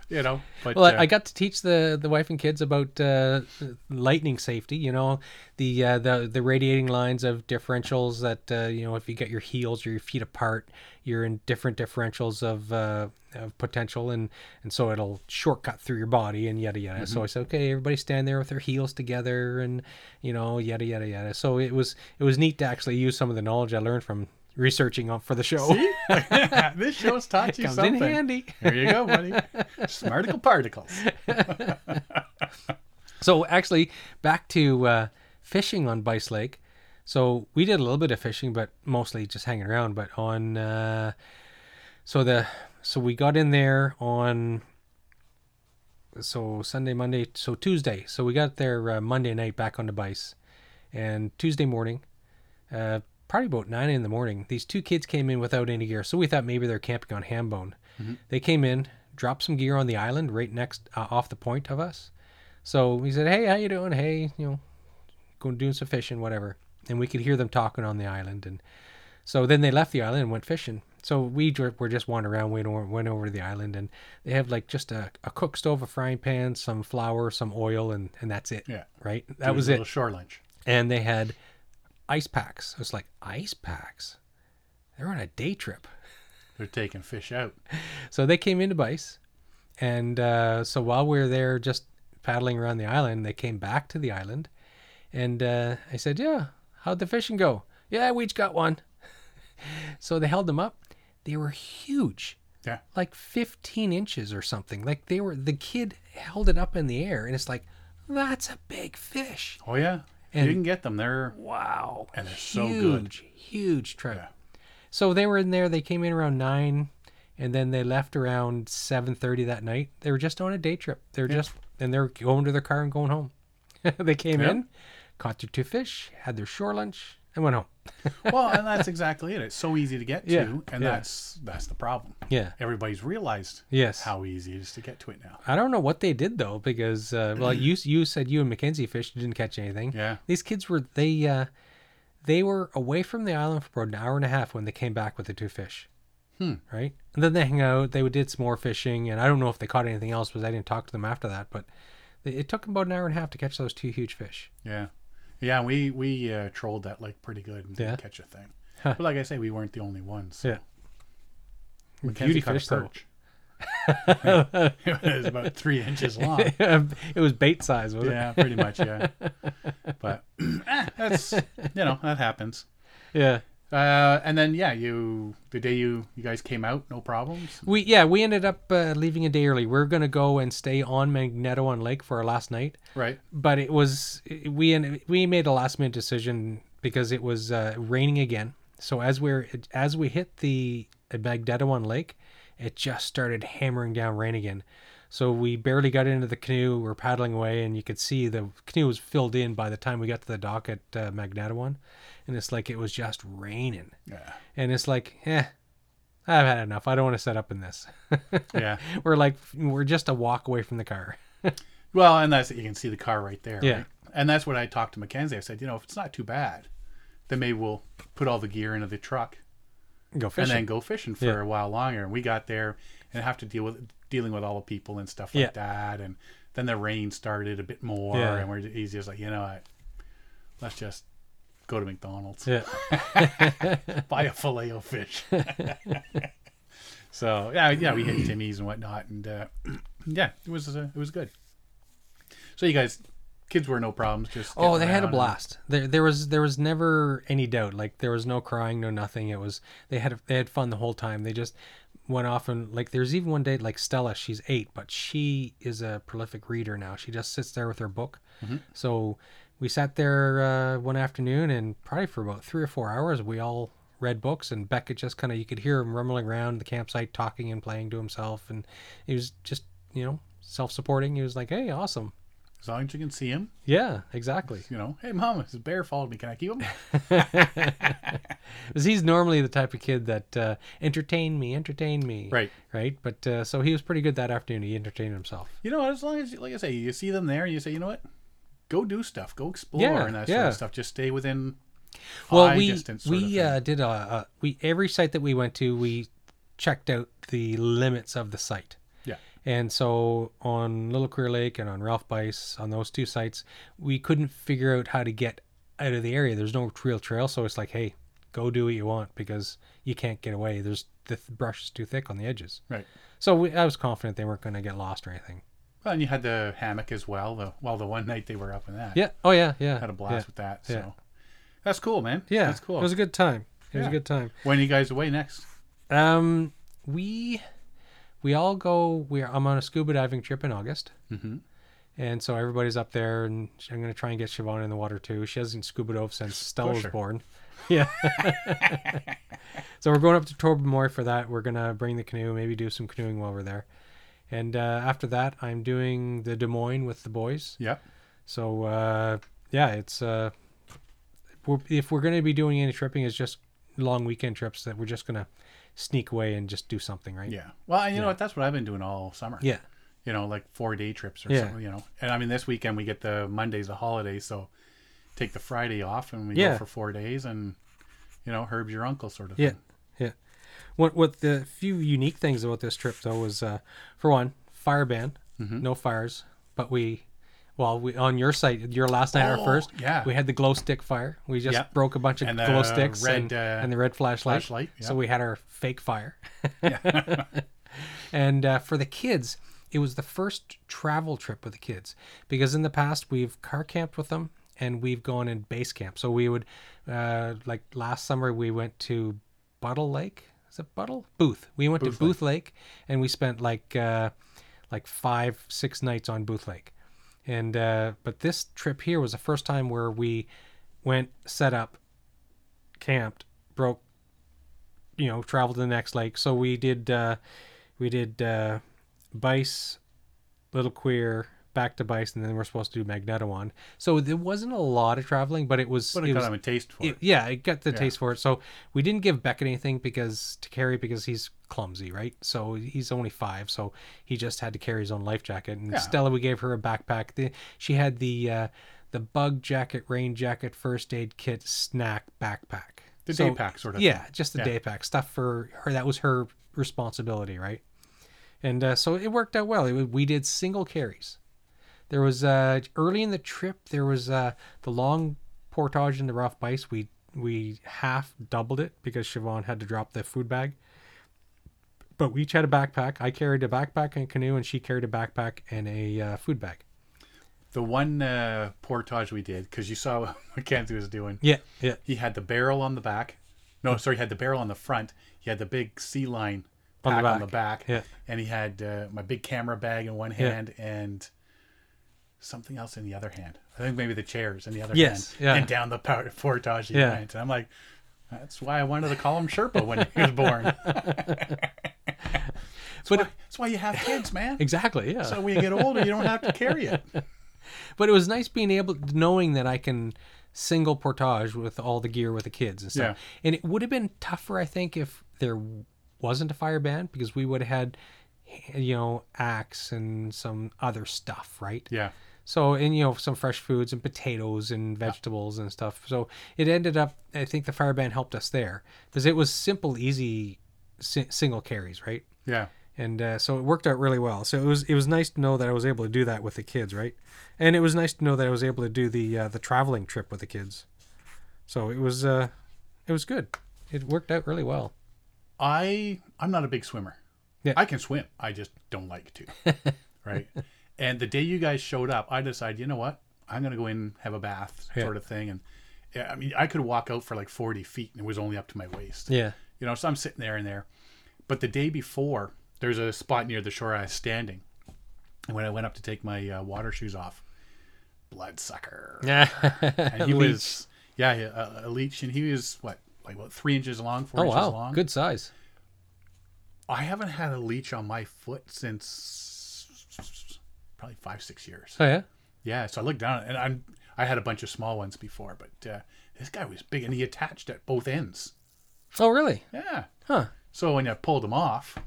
Speaker 1: You know, but
Speaker 2: Well,
Speaker 1: uh,
Speaker 2: I I got to teach the, the wife and kids about uh, lightning safety. You know, the uh, the the radiating lines of differentials that uh, you know if you get your heels or your feet apart, you're in different differentials of uh, of potential, and and so it'll shortcut through your body and yada yada. So I said, okay, everybody stand there with their heels together, and you know yada yada yada. So it was it was neat to actually use some of the knowledge I learned from researching on for the show.
Speaker 1: (laughs) this show's taught you
Speaker 2: (laughs) Comes in
Speaker 1: something.
Speaker 2: handy.
Speaker 1: There you go,
Speaker 2: (laughs)
Speaker 1: buddy. Smarticle particles.
Speaker 2: So actually, back to uh, fishing on Bice Lake. So we did a little bit of fishing, but mostly just hanging around. But on uh, so the so we got in there on so Sunday, Monday, so Tuesday. So we got there uh, Monday night back on the Bice, and Tuesday morning, uh, probably about nine in the morning, these two kids came in without any gear. So we thought maybe they're camping on Hambone.
Speaker 1: Mm-hmm.
Speaker 2: They came in, dropped some gear on the island right next uh, off the point of us. So we said, "Hey, how you doing? Hey, you know, going doing some fishing, whatever." And we could hear them talking on the island, and so then they left the island and went fishing. So we dr- were just wandering around. We went- went over to the island, and they have like just a, a cook stove, a frying pan, some flour, some oil, and and that's it.
Speaker 1: Yeah.
Speaker 2: Right. That was
Speaker 1: a
Speaker 2: it
Speaker 1: Little shore lunch.
Speaker 2: and they had ice packs. I was like, ice packs? They're on a day trip.
Speaker 1: They're taking fish out.
Speaker 2: So they came into Bice. And uh, so while we were there just paddling around the island, they came back to the island. And uh, I said, Yeah, how'd the fishing go? Yeah, we each got one. (laughs) so they held them up. They were huge,
Speaker 1: Yeah.
Speaker 2: like 15 inches or something. Like they were, the kid held it up in the air. And it's like, That's a big fish.
Speaker 1: Oh yeah. you can get them. They're
Speaker 2: Wow.
Speaker 1: And they're so good.
Speaker 2: Huge, huge trout. So they were in there. They came in around nine. and then they left around 7:30 that night. They were just on a day trip. They're just and they're going to their car and going home. (laughs) they came
Speaker 1: Yeah.
Speaker 2: in, caught their two fish, had their shore lunch, and went home.
Speaker 1: well, and that's exactly it. It's so easy to get to,
Speaker 2: (laughs) Yeah,
Speaker 1: and
Speaker 2: yeah.
Speaker 1: that's that's the problem.
Speaker 2: Yeah.
Speaker 1: Everybody's realized
Speaker 2: Yes.
Speaker 1: how easy it is to get to it now.
Speaker 2: I don't know what they did though, because uh,
Speaker 1: (clears throat)
Speaker 2: well, you you said you and Mackenzie fished, you didn't catch anything.
Speaker 1: Yeah.
Speaker 2: These kids were they uh, they were away from the island for about an hour and a half when they came back with the two fish.
Speaker 1: Hmm.
Speaker 2: Right, and then they hang out. They did some more fishing, and I don't know if they caught anything else because I didn't talk to them after that. But they, it took them about an hour and a half to catch those two huge fish.
Speaker 1: Yeah, yeah. We we uh, trolled that lake pretty good and
Speaker 2: Yeah.
Speaker 1: didn't catch a thing. But like I say, we weren't the only ones.
Speaker 2: Yeah.
Speaker 1: Mackenzie
Speaker 2: Beauty
Speaker 1: caught a
Speaker 2: fish, though.
Speaker 1: perch. (laughs) it was about three inches
Speaker 2: (laughs)
Speaker 1: long.
Speaker 2: it was bait size, was
Speaker 1: Yeah, pretty much. Yeah, but (clears throat) eh, that's you know that happens.
Speaker 2: it? Yeah.
Speaker 1: Uh, and then yeah, you the day you you guys came out, no problems.
Speaker 2: We yeah we ended up uh, leaving a day early. We are gonna go and stay on Magneto on Lake for our last night,
Speaker 1: Right.
Speaker 2: but it was we and we made a last minute decision because it was uh, raining again. So as we're as we hit the Magnetawan Lake, it just started hammering down rain again. So we barely got into the canoe. We're paddling away, and you could see the canoe was filled in by the time we got to the dock at uh, Magnetawan, and it's like it was just raining.
Speaker 1: Yeah.
Speaker 2: And it's like, eh, I've had enough. I don't want to set up in this.
Speaker 1: (laughs)
Speaker 2: (laughs)
Speaker 1: Yeah.
Speaker 2: we're like, we're just a walk away from the car.
Speaker 1: Well, and that's you can see the car right there.
Speaker 2: Yeah.
Speaker 1: Right? And that's what I talked to Mackenzie. I said, you know, if it's not too bad, then maybe we'll put all the gear into the truck
Speaker 2: Go fishing.
Speaker 1: and then go fishing for
Speaker 2: Yeah.
Speaker 1: a while longer. And we got there and have to deal with dealing with all the people and stuff like
Speaker 2: Yeah.
Speaker 1: that. And then the rain started a bit more,
Speaker 2: Yeah.
Speaker 1: and we're he's just like, you know, what? let's just go to McDonald's,
Speaker 2: yeah.
Speaker 1: buy a fillet of
Speaker 2: (laughs)
Speaker 1: fish. so yeah, yeah, we hit Timmy's and whatnot, and uh, yeah, it was uh, it was good. So you guys, kids were no problems. Just
Speaker 2: Oh,
Speaker 1: getting
Speaker 2: they
Speaker 1: around
Speaker 2: had a
Speaker 1: and-
Speaker 2: blast. There, there was, there was never any doubt. Like there was no crying, no nothing. It was they had, they had fun the whole time. They just went off and like there's even one day like Stella, she's eight, but she is a prolific reader now. She just sits there with her book.
Speaker 1: Mm-hmm.
Speaker 2: So we sat there uh, one afternoon and probably for about three or four hours, we all read books and Beckett just kind of you could hear him rumbling around the campsite talking and playing to himself and he was just you know self-supporting he was like hey awesome
Speaker 1: as long as you can see him.
Speaker 2: yeah exactly
Speaker 1: You know, hey mom, this bear followed me. Can I keep him?
Speaker 2: (laughs) Because he's normally the type of kid that uh, entertain me, entertain me.
Speaker 1: Right.
Speaker 2: Right. But uh, so he was pretty good that afternoon. He entertained himself.
Speaker 1: you know, as long as, like I say, you see them there and you say, you know what, go do stuff, go explore
Speaker 2: Yeah,
Speaker 1: and that sort
Speaker 2: yeah.
Speaker 1: of stuff. Just stay within
Speaker 2: Well,
Speaker 1: eye
Speaker 2: we
Speaker 1: distance. Sort
Speaker 2: we
Speaker 1: of thing.
Speaker 2: uh, did a, a we every site that we went to, we checked out the limits of the site.
Speaker 1: yeah,
Speaker 2: And so on Little Queer Lake and on Ralph Bice, on those two sites, we couldn't figure out how to get out of the area. There's no real trail, so it's like, hey, go do what you want because you can't get away. There's the th- brush is too thick on the edges.
Speaker 1: right.
Speaker 2: So we, I was confident they weren't going to get lost or anything.
Speaker 1: Well, and you had the hammock as well. The well, the one night they were up in that,
Speaker 2: Yeah. Oh yeah. Yeah.
Speaker 1: had a blast
Speaker 2: Yeah.
Speaker 1: with that. So
Speaker 2: yeah.
Speaker 1: that's cool, man.
Speaker 2: Yeah.
Speaker 1: that's cool.
Speaker 2: It was a good time. It was
Speaker 1: Yeah.
Speaker 2: a good time.
Speaker 1: when are you guys away next?
Speaker 2: Um, we we all go. We are, I'm on a scuba diving trip in August,
Speaker 1: Mhm.
Speaker 2: and so everybody's up there, and sh- I'm going to try and get Siobhan in the water too. She hasn't scuba dove since Stella was
Speaker 1: her.
Speaker 2: born. (laughs) Yeah. so we're going up to Tobermory for that. We're going to bring the canoe, maybe do some canoeing while we're there. And uh, after that, I'm doing the Des Moines with the boys.
Speaker 1: Yep.
Speaker 2: So uh, yeah, it's uh, we're, if we're going to be doing any tripping, it's just long weekend trips that we're just going to sneak away and just do something, right?
Speaker 1: Yeah. Well, you know what? That's what I've been doing all summer.
Speaker 2: Yeah.
Speaker 1: You know, like four day trips or
Speaker 2: Yeah.
Speaker 1: something. You know, and I mean, this weekend we get the Monday's the holiday, so take the Friday off and we
Speaker 2: Yeah.
Speaker 1: go for four days and you know, Herb's your uncle sort of
Speaker 2: Yeah.
Speaker 1: thing.
Speaker 2: Yeah. What what the few unique things about this trip though was, uh, for one, fire ban,
Speaker 1: Mm-hmm.
Speaker 2: no fires, but we. Well, we on your site, your last night,
Speaker 1: Oh,
Speaker 2: our first,
Speaker 1: yeah.
Speaker 2: we had the glow stick fire. We just
Speaker 1: Yep.
Speaker 2: broke a bunch of
Speaker 1: And the
Speaker 2: glow sticks
Speaker 1: red,
Speaker 2: and,
Speaker 1: uh,
Speaker 2: and the red flashlight.
Speaker 1: flashlight,
Speaker 2: So
Speaker 1: yep.
Speaker 2: we had our fake fire. (laughs) And uh, for the kids, it was the first travel trip with the kids because in the past we've car camped with them and we've gone in base camp. So we would, uh, like last summer, we went to Buttle Lake. Is it Buttle? Booth. We went to Booth Lake and we spent like uh, like five, six nights on Booth Lake. And uh, but this trip here was the first time where we went, set up, camped, broke you know travel to the next lake. So we did uh, we did uh, Bice, Little Queer, back to Bice, and then we're supposed to do Magnetowan. So there wasn't a lot of traveling, but it was
Speaker 1: But
Speaker 2: it
Speaker 1: I got
Speaker 2: was
Speaker 1: him a taste for
Speaker 2: it-
Speaker 1: it.
Speaker 2: yeah, it got the taste for it. So we didn't give Beck anything because to carry because he's clumsy, right? So he's only five, so he just had to carry his own life jacket. And
Speaker 1: Yeah.
Speaker 2: Stella, we gave her a backpack. The, she had the uh, the bug jacket, rain jacket, first aid kit, snack backpack.
Speaker 1: The
Speaker 2: So-
Speaker 1: day pack sort of. thing.
Speaker 2: Yeah, just the
Speaker 1: Yeah.
Speaker 2: day pack stuff for her. That was her responsibility, right? And uh, so it worked out well. It, wa- we did single carries. There was uh, early in the trip. There was uh, the long portage in the rough bice. We we half doubled it because Siobhan had to drop the food bag. But we each had a backpack. I carried a backpack and canoe, and she carried a backpack and a uh, food bag.
Speaker 1: The one uh, portage we did, because you saw (laughs) what Mackenzie was doing.
Speaker 2: Yeah, yeah.
Speaker 1: He had the barrel on the back. No, sorry, he had the barrel on the front. He had the big sea line
Speaker 2: On
Speaker 1: pack
Speaker 2: the
Speaker 1: on the
Speaker 2: back.
Speaker 1: back.
Speaker 2: Yeah.
Speaker 1: And he had uh, my big camera bag in one hand and something else in the other hand. I think maybe the chairs in the other
Speaker 2: Yes,
Speaker 1: hand.
Speaker 2: yeah.
Speaker 1: And down the power portage he
Speaker 2: Yeah.
Speaker 1: went. And I'm like, that's why I wanted to call him Sherpa when he was
Speaker 2: (laughs)
Speaker 1: born. that's,
Speaker 2: But
Speaker 1: why, that's why you have kids, man.
Speaker 2: exactly, yeah.
Speaker 1: So when you get older, you don't have to carry
Speaker 2: (laughs)
Speaker 1: it.
Speaker 2: but it was nice being able knowing that I can single portage with all the gear with the kids and stuff. And it would have been tougher, I think, if there wasn't a fire ban because we would have had, you know, axe and some other stuff, right?
Speaker 1: Yeah.
Speaker 2: So and you know some fresh foods and potatoes and vegetables and stuff. So it ended up. I think the fire ban helped us there because it was simple, easy, si- single carries, right?
Speaker 1: Yeah.
Speaker 2: and uh, so it worked out really well. So it was it was nice to know that I was able to do that with the kids, right? And it was nice to know that I was able to do the uh, the traveling trip with the kids. So it was uh, it was good. It worked out really well.
Speaker 1: I I'm not a big swimmer.
Speaker 2: Yeah.
Speaker 1: I can swim. I just don't like
Speaker 2: (laughs)
Speaker 1: to. right. And the day you guys showed up, I decided, you know what? I'm gonna go in have a bath
Speaker 2: Yeah.
Speaker 1: sort of thing. And yeah, I mean, I could walk out for like 40 feet and it was only up to my waist.
Speaker 2: Yeah,
Speaker 1: You know, so I'm sitting there and there. But the day before, there's a spot near the shore I was standing. And when I went up to take my uh, water shoes off, bloodsucker.
Speaker 2: yeah. (laughs)
Speaker 1: And he was, yeah, he- a, a leech. And he was, what, like what, three inches long, four
Speaker 2: oh
Speaker 1: inches
Speaker 2: wow,
Speaker 1: long?
Speaker 2: good size.
Speaker 1: I haven't had a leech on my foot since probably five, six years.
Speaker 2: Oh yeah,
Speaker 1: Yeah, so I looked down and I'm I had a bunch of small ones before, but uh, this guy was big and he attached at both ends.
Speaker 2: oh really?
Speaker 1: Yeah.
Speaker 2: Huh?
Speaker 1: So when I pulled them off,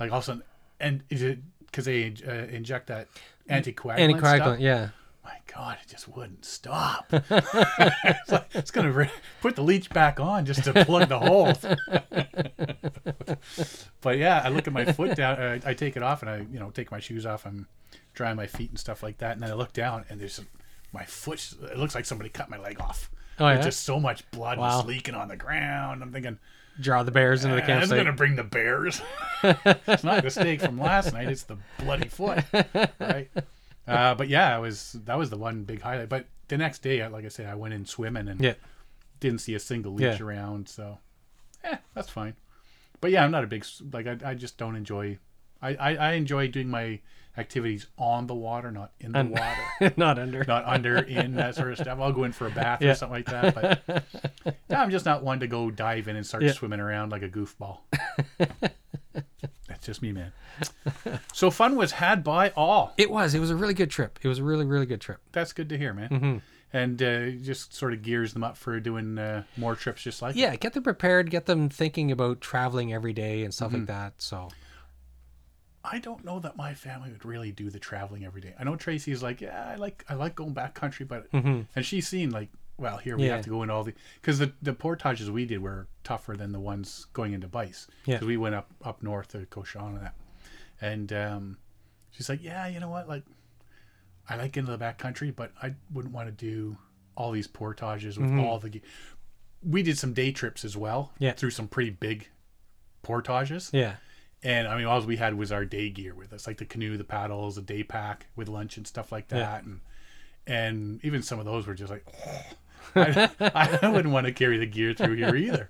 Speaker 1: like all of a sudden, and because they uh, inject that anticoagulant,
Speaker 2: Mm, Anticoagulant,
Speaker 1: stuff,
Speaker 2: yeah.
Speaker 1: my God, it just wouldn't stop. (laughs) it's, like, it's gonna re- put the leech back on just to plug the hole. (laughs) but yeah, I look at my foot down. Uh, I take it off, and I you know take my shoes off. I'm drying my feet and stuff like that, and then I look down, and there's my foot. It looks like somebody cut my leg off.
Speaker 2: Oh,
Speaker 1: There's
Speaker 2: yeah?
Speaker 1: just so much blood
Speaker 2: Wow.
Speaker 1: was leaking on the ground. I'm thinking,
Speaker 2: Draw the bears into the
Speaker 1: I'm
Speaker 2: campsite.
Speaker 1: gonna bring the
Speaker 2: (laughs)
Speaker 1: bears. it's not the steak from last night; it's the bloody foot, right? Uh, but yeah, it was that was the one big highlight. But the next day, I- like I said, I went in swimming and
Speaker 2: Yeah, (laughs)
Speaker 1: didn't see a single leech
Speaker 2: Yeah.
Speaker 1: around. So, eh, that's fine. But yeah, I'm not a big s- like I, I just don't enjoy. I, I I enjoy doing my activities on the water, not in the water
Speaker 2: not under.
Speaker 1: not under in that sort of stuff. I'll go in for a bath
Speaker 2: Yeah.
Speaker 1: or something like that. But
Speaker 2: (laughs)
Speaker 1: yeah, I'm just not one to go dive in and start
Speaker 2: Yeah.
Speaker 1: swimming around like a goofball. That's just me, man. So fun was had by all.
Speaker 2: It was. It was a really good trip. It was a really really good trip.
Speaker 1: That's good to hear, man.
Speaker 2: Mm-hmm.
Speaker 1: And uh, just sort of gears them up for doing uh, more trips just like
Speaker 2: Yeah, get them prepared. Get them thinking about traveling every day and stuff like that. So
Speaker 1: I don't know that my family would really do the traveling every day. I know Tracy's like, yeah, I like I like going back country, but and she's seen like, well, here we
Speaker 2: Mm-hmm. Yeah.
Speaker 1: have to go in all the because the the portages we did were tougher than the ones going into Bice
Speaker 2: Yeah.
Speaker 1: because we went up up north to Koshan and that, and um, she's like, yeah, you know what, like I like into the back country, but I wouldn't want to do all these portages with all the. ge- We did some day trips as well,
Speaker 2: Mm-hmm. Yeah.
Speaker 1: through some pretty big portages.
Speaker 2: yeah,
Speaker 1: And I mean, all we had was our day gear with us, like the canoe, the paddles, a day pack with lunch and stuff like that. And and even some of those were just like, (laughs) I, I (laughs) wouldn't want to carry the gear through here either.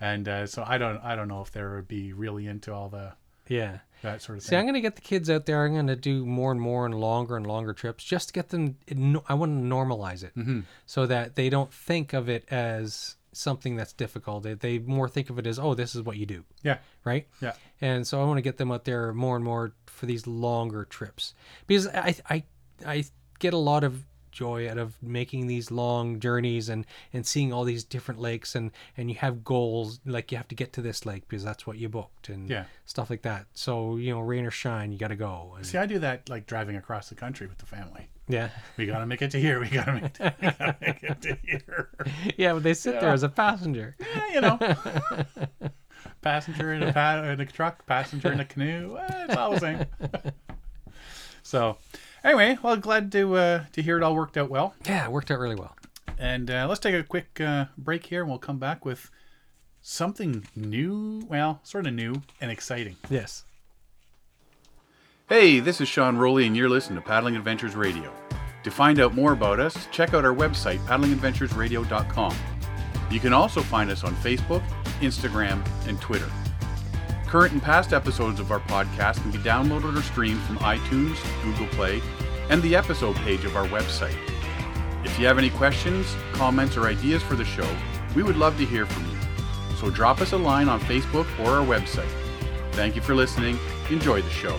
Speaker 1: And uh, so I don't, I don't know if they would be really into all the
Speaker 2: yeah.
Speaker 1: that sort of
Speaker 2: See, I'm
Speaker 1: thing.
Speaker 2: going to get the kids out there. I'm going to do more and more and longer and longer trips just to get them. I want to normalize it so that they don't think of it as something that's difficult. They, they more think of it as, oh, this is what you do,
Speaker 1: Yeah.
Speaker 2: right?
Speaker 1: Yeah.
Speaker 2: And so I want to get them out there more and more for these longer trips because I I I get a lot of joy out of making these long journeys and and seeing all these different lakes and and you have goals like you have to get to this lake because that's what you booked and
Speaker 1: Yeah.
Speaker 2: stuff like that. So you know, rain or shine, you got to go. And,
Speaker 1: See, I do that like driving across the country with the family.
Speaker 2: (laughs) yeah,
Speaker 1: We gotta make it to here. We gotta make it (laughs) to, we gotta make it to here.
Speaker 2: yeah, but they sit there as a passenger.
Speaker 1: Eh, you know, (laughs) passenger in a pa- in a truck, passenger in a canoe. eh, it's all the (laughs) same. so, anyway, well, glad to uh, to hear it all worked out well.
Speaker 2: Yeah, it worked out really well.
Speaker 1: And uh, let's take a quick uh, break here, and we'll come back with something new. Well, sort of new and exciting.
Speaker 2: Yes.
Speaker 1: Hey, this is Sean Rowley, and you're listening to Paddling Adventures Radio. To find out more about us, check out our website, paddlingadventuresradio.com. You can also find us on Facebook, Instagram, and Twitter. Current and past episodes of our podcast can be downloaded or streamed from iTunes, Google Play, and the episode page of our website. If you have any questions, comments, or ideas for the show, we would love to hear from you. So drop us a line on Facebook or our website. Thank you for listening. Enjoy the show.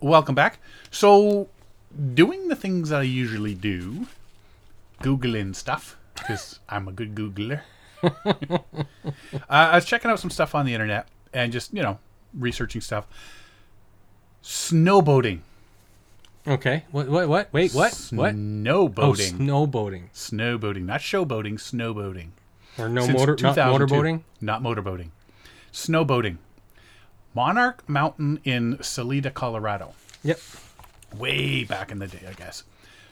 Speaker 1: Welcome back. So, doing the things I usually do, Googling stuff, because I'm a good
Speaker 2: (laughs)
Speaker 1: Googler. uh, I was checking out some stuff on the internet and just, you know, researching stuff. Snowboating.
Speaker 2: Okay. What? What? What? Wait. What? What? Oh,
Speaker 1: Snowboating.
Speaker 2: snowboating
Speaker 1: snowboating. Not showboating, snowboating.
Speaker 2: or no
Speaker 1: Since
Speaker 2: motor, not
Speaker 1: 2002.
Speaker 2: motorboating.
Speaker 1: Not motorboating. Snowboating. Monarch Mountain in Salida, Colorado.
Speaker 2: Yep.
Speaker 1: way back in the day, I guess.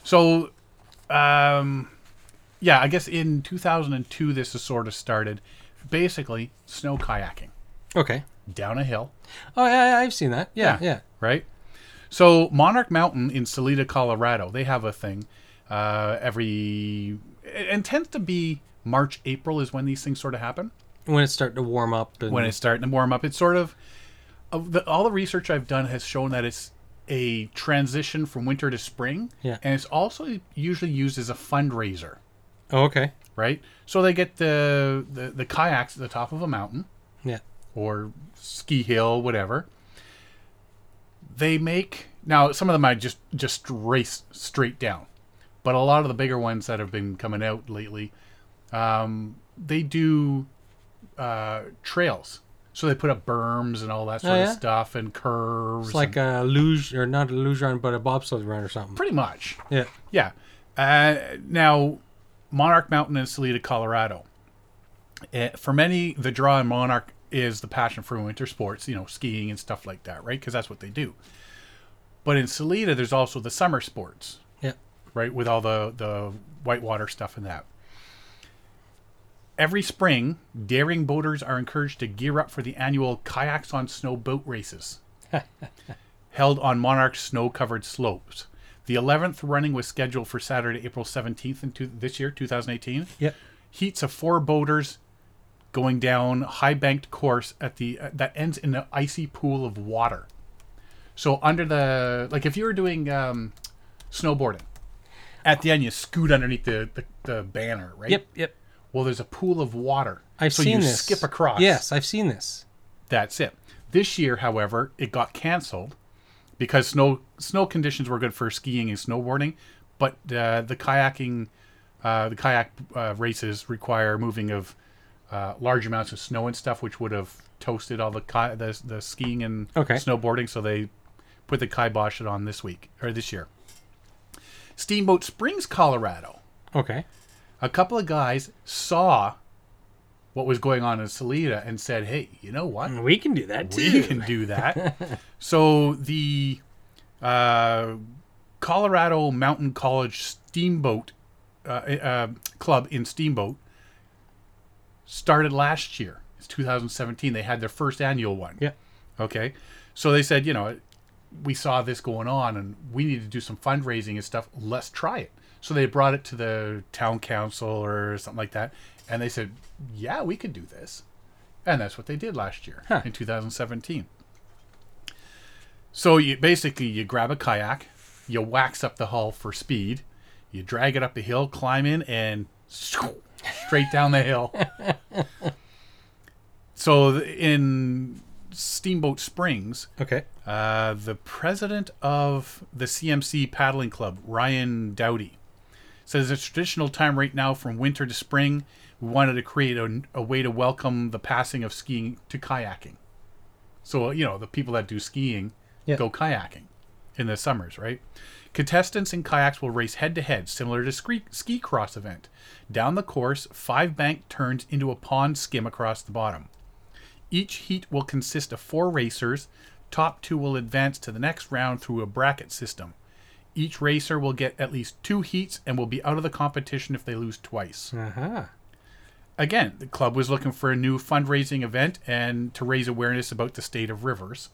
Speaker 1: So, um, yeah, I guess in 2002, this has sort of started. Basically, snow kayaking
Speaker 2: Okay.
Speaker 1: down a hill,
Speaker 2: Oh yeah, yeah, I've seen that. Yeah,
Speaker 1: Yeah.
Speaker 2: yeah.
Speaker 1: right? So, Monarch Mountain in Salida, Colorado, they have a thing uh, every. And tends to be March, April is when these things sort of happen.
Speaker 2: When it's starting to warm up, and,
Speaker 1: when it's starting to warm up. It's sort of, of the, all the research I've done has shown that it's a transition from winter to spring,
Speaker 2: Yeah.
Speaker 1: and it's also usually used as a fundraiser,
Speaker 2: oh, okay,
Speaker 1: right? So they get the, the the kayaks at the top of a mountain
Speaker 2: yeah,
Speaker 1: or ski hill, whatever. They make now some of them I just just race straight down, but a lot of the bigger ones that have been coming out lately, um, they do uh, trails. So they put up berms and all that sort
Speaker 2: Oh, yeah?
Speaker 1: of stuff and curves.
Speaker 2: it's like
Speaker 1: and-
Speaker 2: a luge or not a luge run, but a bobsled run or something.
Speaker 1: pretty much,
Speaker 2: Yeah,
Speaker 1: yeah. Uh, now, Monarch Mountain in Salida, Colorado. Uh, for many, the draw in Monarch is the passion for winter sports, you know, skiing and stuff like that, right? Because that's what they do. But in Salida, there's also the summer sports,
Speaker 2: yeah,
Speaker 1: right? With all the the whitewater stuff and that. Every spring, daring boaters are encouraged to gear up for the annual kayaks on snow boat races, held on Monarch's snow-covered slopes. The 11th running was scheduled for Saturday, April 17th, in two, this year, 2018
Speaker 2: yeah.
Speaker 1: heats of four boaters going down high banked course at the uh, that ends in an icy pool of water. So under the like if you were doing um, snowboarding, at the end you scoot underneath the, the, the banner, right?
Speaker 2: Yep, yep.
Speaker 1: Well, there's a pool of water.
Speaker 2: I've
Speaker 1: so
Speaker 2: seen
Speaker 1: you
Speaker 2: this.
Speaker 1: skip across.
Speaker 2: Yes, I've seen this.
Speaker 1: That's it. This year, however, it got canceled because snow snow conditions were good for skiing and snowboarding, but uh, the kayaking, uh, the kayak uh, races require moving of uh, large amounts of snow and stuff, which would have toasted all the ki- the, the skiing and
Speaker 2: Okay.
Speaker 1: snowboarding. So they put the kibosh on this week or this year. Steamboat Springs, Colorado
Speaker 2: Okay,
Speaker 1: a couple of guys saw what was going on in Salida and said, "Hey, you know what?
Speaker 2: we can do that
Speaker 1: We can do that." so the uh, Colorado Mountain College Steamboat uh, uh, Club in Steamboat started last year. It's 2017. They had their first annual one.
Speaker 2: Yeah.
Speaker 1: Okay. So they said, you know, we saw this going on and we need to do some fundraising and stuff. Let's try it. So they brought it to the town council or something like that. And they said, yeah, we could do this. And that's what they did last year
Speaker 2: Huh.
Speaker 1: in 2017. So you basically you grab a kayak, you wax up the hull for speed, you drag it up a hill, climb in, and (laughs) straight down the hill. so th- in Steamboat Springs,
Speaker 2: Okay.
Speaker 1: uh, the president of the CMC Paddling Club, Ryan Dowdy, says it's traditional time right now from winter to spring. We wanted to create a, a way to welcome the passing of skiing to kayaking. So, you know, the people that do skiing
Speaker 2: Yeah.
Speaker 1: go kayaking in the summers, right? Contestants in kayaks will race head to head, similar to ski, ski cross event. Down the course, five bank turns into a pond skim across the bottom. Each heat will consist of four racers. Top two will advance to the next round through a bracket system. Each racer will get at least two heats and will be out of the competition if they lose twice.
Speaker 2: Uh huh.
Speaker 1: Again, the club was looking for a new fundraising event and to raise awareness about the state of rivers.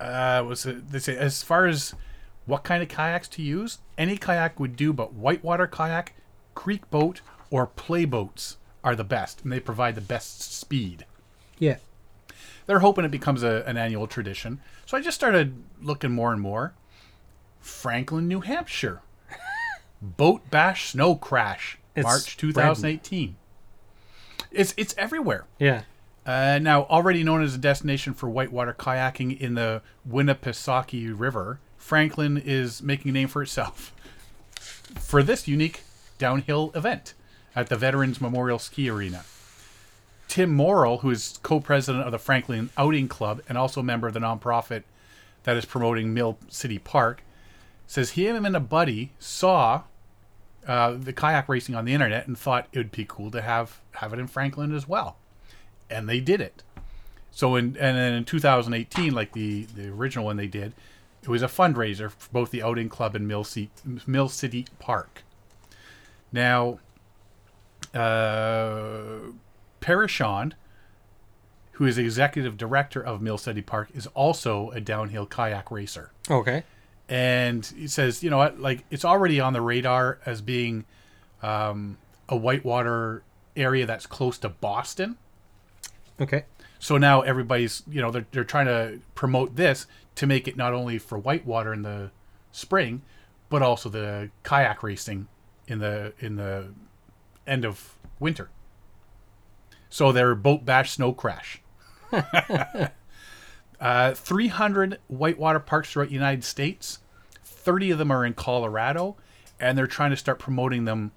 Speaker 1: Uh, was it, they say as far as what kind of kayaks to use? Any kayak would do, but whitewater kayak, creek boat, or play boats are the best, and they provide the best speed
Speaker 2: Yeah.
Speaker 1: they're hoping it becomes a, an annual tradition. So I just started looking more and more. Franklin, New Hampshire. (laughs) Boat bash snow crash,
Speaker 2: It's
Speaker 1: March 2018. It's it's everywhere.
Speaker 2: Yeah.
Speaker 1: Uh, now already known as a destination for whitewater kayaking in the Winnipesaukee River, Franklin is making a name for itself (laughs) for this unique downhill event at the Veterans Memorial Ski Arena. Tim Morrill, who is co-president of the Franklin Outing Club and also a member of the nonprofit that is promoting Mill City Park, says he and a buddy saw uh, the kayak racing on the internet and thought it would be cool to have have it in Franklin as well, and they did it. So in and then in 2018, like the the original one they did, it was a fundraiser for both the Outing Club and Mill, C- Mill City Park. Now, uh, Parishon, who is executive director of Mill City Park, is also a downhill kayak racer
Speaker 2: Okay.
Speaker 1: and he says, you know what, like it's already on the radar as being um, a whitewater area that's close to Boston.
Speaker 2: Okay.
Speaker 1: So now everybody's, you know, they're, they're trying to promote this to make it not only for whitewater in the spring, but also the kayak racing in the in the end of winter. So they're boat bash snow crash. (laughs) uh, 300 whitewater parks throughout the United States. 30 of them are in Colorado, and they're trying to start promoting them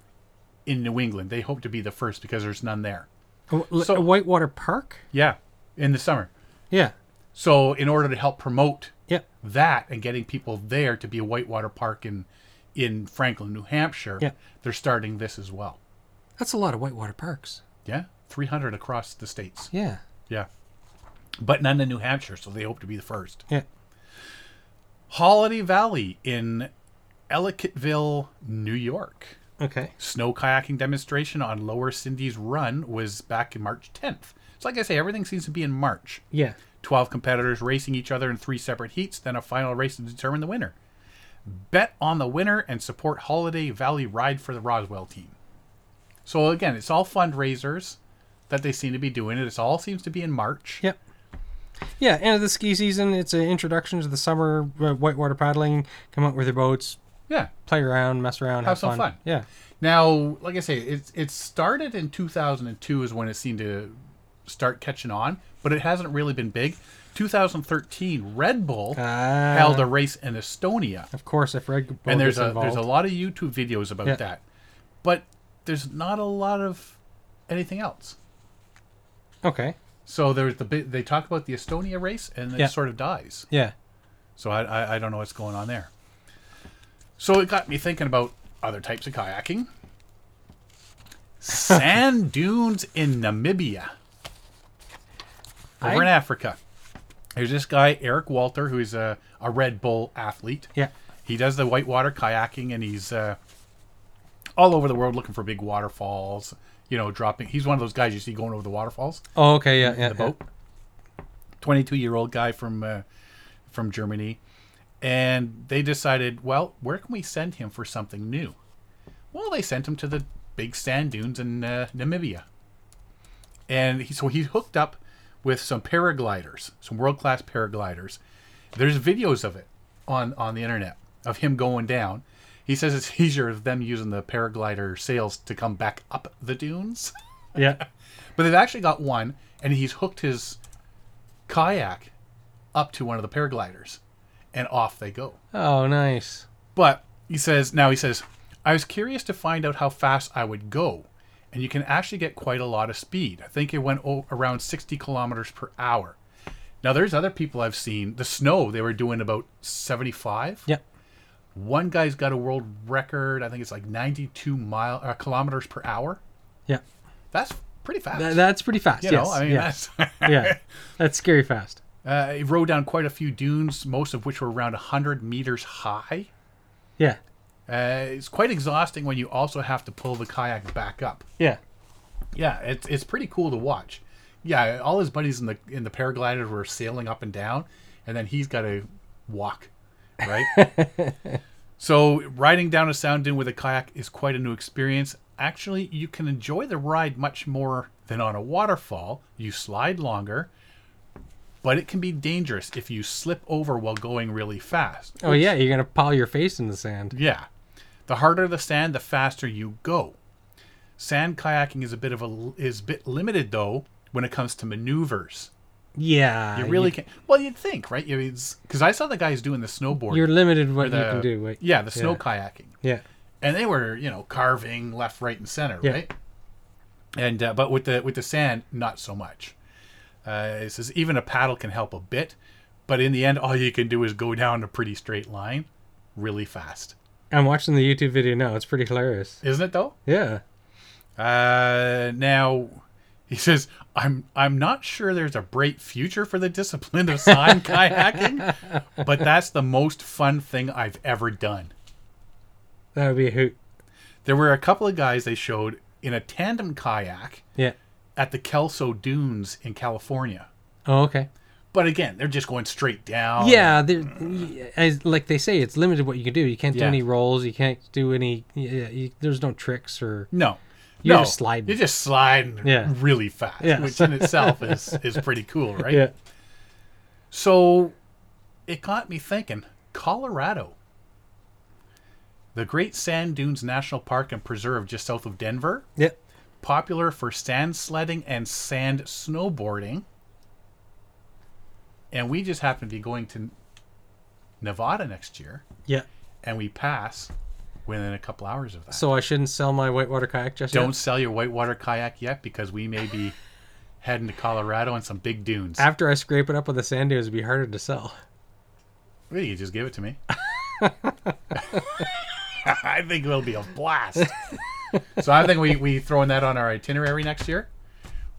Speaker 1: in New England. They hope to be the first because there's none there. So-
Speaker 2: So, Oh, Whitewater Park.
Speaker 1: Yeah, in the summer.
Speaker 2: Yeah.
Speaker 1: So in order to help promote
Speaker 2: Yeah.
Speaker 1: that and getting people there to be a whitewater park in in Franklin, New Hampshire,
Speaker 2: Yeah.
Speaker 1: they're starting this as well.
Speaker 2: That's a lot of Whitewater Parks.
Speaker 1: Yeah, 300 across the states.
Speaker 2: Yeah.
Speaker 1: Yeah. But none in New Hampshire, so they hope to be the first.
Speaker 2: Yeah.
Speaker 1: Holiday Valley in Ellicottville, New York.
Speaker 2: Okay.
Speaker 1: Snow kayaking demonstration on Lower Cindy's Run was back in March 10th. So like I say, everything seems to be in March.
Speaker 2: Yeah.
Speaker 1: 12 competitors racing each other in three separate heats, then a final race to determine the winner. Bet on the winner and support Holiday Valley Ride for the Roswell team. So, again, it's all fundraisers that they seem to be doing. It It's all seems to be in March.
Speaker 2: Yep. Yeah, end of the ski season. It's an introduction to the summer uh, whitewater paddling. Come out with your boats,
Speaker 1: Yeah.
Speaker 2: play around, mess around, have,
Speaker 1: some fun.
Speaker 2: Yeah,
Speaker 1: Now, like I say, it, it started in 2002 is when it seemed to start catching on, but it hasn't really been big. 2013, Red Bull
Speaker 2: Ah.
Speaker 1: held a race in Estonia.
Speaker 2: of course. If Red Bull
Speaker 1: and there's
Speaker 2: gets
Speaker 1: a
Speaker 2: involved,
Speaker 1: there's a lot of YouTube videos about
Speaker 2: Yeah.
Speaker 1: that, but there's not a lot of anything else.
Speaker 2: okay,
Speaker 1: So there's the bit they talk about the Estonia race, and it
Speaker 2: Yeah.
Speaker 1: sort of dies.
Speaker 2: yeah,
Speaker 1: So I, I I don't know what's going on there. So it got me thinking about other types of
Speaker 2: (laughs)
Speaker 1: kayaking. Sand dunes in Namibia, over
Speaker 2: I-
Speaker 1: in Africa. There's this guy Eric Walter, who is a a Red Bull athlete.
Speaker 2: Yeah.
Speaker 1: He does the whitewater kayaking, and he's uh, all over the world looking for big waterfalls. You know, dropping. He's one of those guys you see going over the waterfalls.
Speaker 2: Oh, okay. Yeah. Yeah.
Speaker 1: The boat. Twenty-two-year-old guy from uh, from Germany, and they decided, well, where can we send him for something new? Well, they sent him to the big sand dunes in uh, Namibia, and he, so he hooked up with some paragliders, some world-class paragliders. There's videos of it on on the internet of him going down. He says it's (laughs) easier of them using the paraglider sails to come back up the dunes.
Speaker 2: Yeah. yeah.
Speaker 1: But they've actually got one, and he's hooked his kayak up to one of the paragliders, and off they go.
Speaker 2: Oh, nice.
Speaker 1: But he says, now he says, I was curious to find out how fast I would go, and you can actually get quite a lot of speed. I think it went o around 60 kilometers per hour. Now, there's other people I've seen, the snow, they were doing about 75.
Speaker 2: Yeah.
Speaker 1: One guy's got a world record, I think it's like 92 mile, uh, kilometers per hour.
Speaker 2: Yeah.
Speaker 1: That's pretty fast.
Speaker 2: Th- that's pretty fast.
Speaker 1: you know,
Speaker 2: yes.
Speaker 1: I mean,
Speaker 2: yes.
Speaker 1: that's. (laughs)
Speaker 2: yeah. That's scary fast.
Speaker 1: Uh, it rode down quite a few dunes, most of which were around 100 meters high.
Speaker 2: Yeah.
Speaker 1: Uh, it's quite exhausting when you also have to pull the kayak back up.
Speaker 2: Yeah.
Speaker 1: Yeah, it's, it's pretty cool to watch. Yeah, all his buddies in the in the paraglider were sailing up and down, and then he's got to walk, right? so riding down a sound dune with a kayak is quite a new experience. Actually, you can enjoy the ride much more than on a waterfall. You slide longer, but it can be dangerous if you slip over while going really fast.
Speaker 2: Oh, yeah. You're going to pile your face in the sand.
Speaker 1: Yeah. The harder the sand, the faster you go. Sand kayaking is a bit of a is a bit limited though when it comes to maneuvers.
Speaker 2: Yeah.
Speaker 1: You really can Well, you'd think, right? Because I saw the guys doing the snowboard.
Speaker 2: You're limited what
Speaker 1: the-
Speaker 2: you can do. Wait.
Speaker 1: Yeah, the snow kayaking,
Speaker 2: Yeah.
Speaker 1: and they were you know carving left, right, and center,
Speaker 2: Yeah.
Speaker 1: right? And uh, but with the with the sand, not so much. Uh, it says even a paddle can help a bit, but in the end, all you can do is go down a pretty straight line, really fast,
Speaker 2: I'm watching the YouTube video now. It's pretty hilarious.
Speaker 1: isn't it though?
Speaker 2: Yeah.
Speaker 1: Uh, now he says, "I'm I'm not sure there's a bright future for the discipline of sign kayaking, but that's the most fun thing I've ever done."
Speaker 2: That would be a hoot.
Speaker 1: There were a couple of guys they showed in a tandem kayak
Speaker 2: Yeah.
Speaker 1: at the Kelso Dunes in California.
Speaker 2: Oh, okay.
Speaker 1: But again, they're just going straight down.
Speaker 2: Yeah, they're- y- as like they say, it's limited what you can do. You can't do
Speaker 1: Yeah.
Speaker 2: any rolls. You can't do any. Yeah, you, there's no tricks or.
Speaker 1: No.
Speaker 2: You're
Speaker 1: no,
Speaker 2: just sliding.
Speaker 1: You're just sliding
Speaker 2: Yeah.
Speaker 1: really fast,
Speaker 2: Yes.
Speaker 1: which in itself is, is pretty cool, right?
Speaker 2: (laughs) Yeah.
Speaker 1: So it got me thinking Colorado, the Great Sand Dunes National Park and Preserve just south of Denver,
Speaker 2: Yeah.
Speaker 1: popular for sand sledding and sand snowboarding. And we just happen to be going to Nevada next year,
Speaker 2: Yeah.
Speaker 1: and we pass within a couple hours of that.
Speaker 2: So I shouldn't sell my whitewater kayak just
Speaker 1: Don't
Speaker 2: yet?
Speaker 1: sell your whitewater kayak yet because we may be heading to Colorado and some big dunes.
Speaker 2: After I scrape it up with the sand dunes, it'd be harder to sell.
Speaker 1: Really, you just give it to me.
Speaker 2: (laughs)
Speaker 1: (laughs) I think it'll be a blast. so I think we we throwing that on our itinerary next year.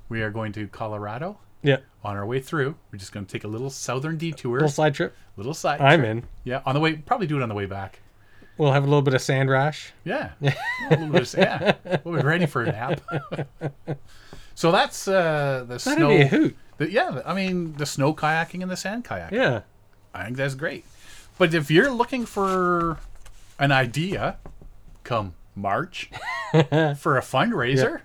Speaker 1: We are going to Colorado
Speaker 2: Yeah.
Speaker 1: on our way through. We're just going to take a little southern detour,
Speaker 2: Little side trip.
Speaker 1: little side.
Speaker 2: I'm
Speaker 1: trip.
Speaker 2: in.
Speaker 1: Yeah, on the way, probably do it on the way back.
Speaker 2: We'll have a little bit of sand rash. (laughs)
Speaker 1: Yeah, we'll, just, yeah, we'll be ready for a nap. (laughs) so that's uh, the
Speaker 2: That'd
Speaker 1: snow.
Speaker 2: be a hoot.
Speaker 1: the- yeah, I mean the snow kayaking and the sand kayaking.
Speaker 2: Yeah.
Speaker 1: I think that's great. But if you're looking for an idea, come
Speaker 2: (laughs)
Speaker 1: March for a fundraiser.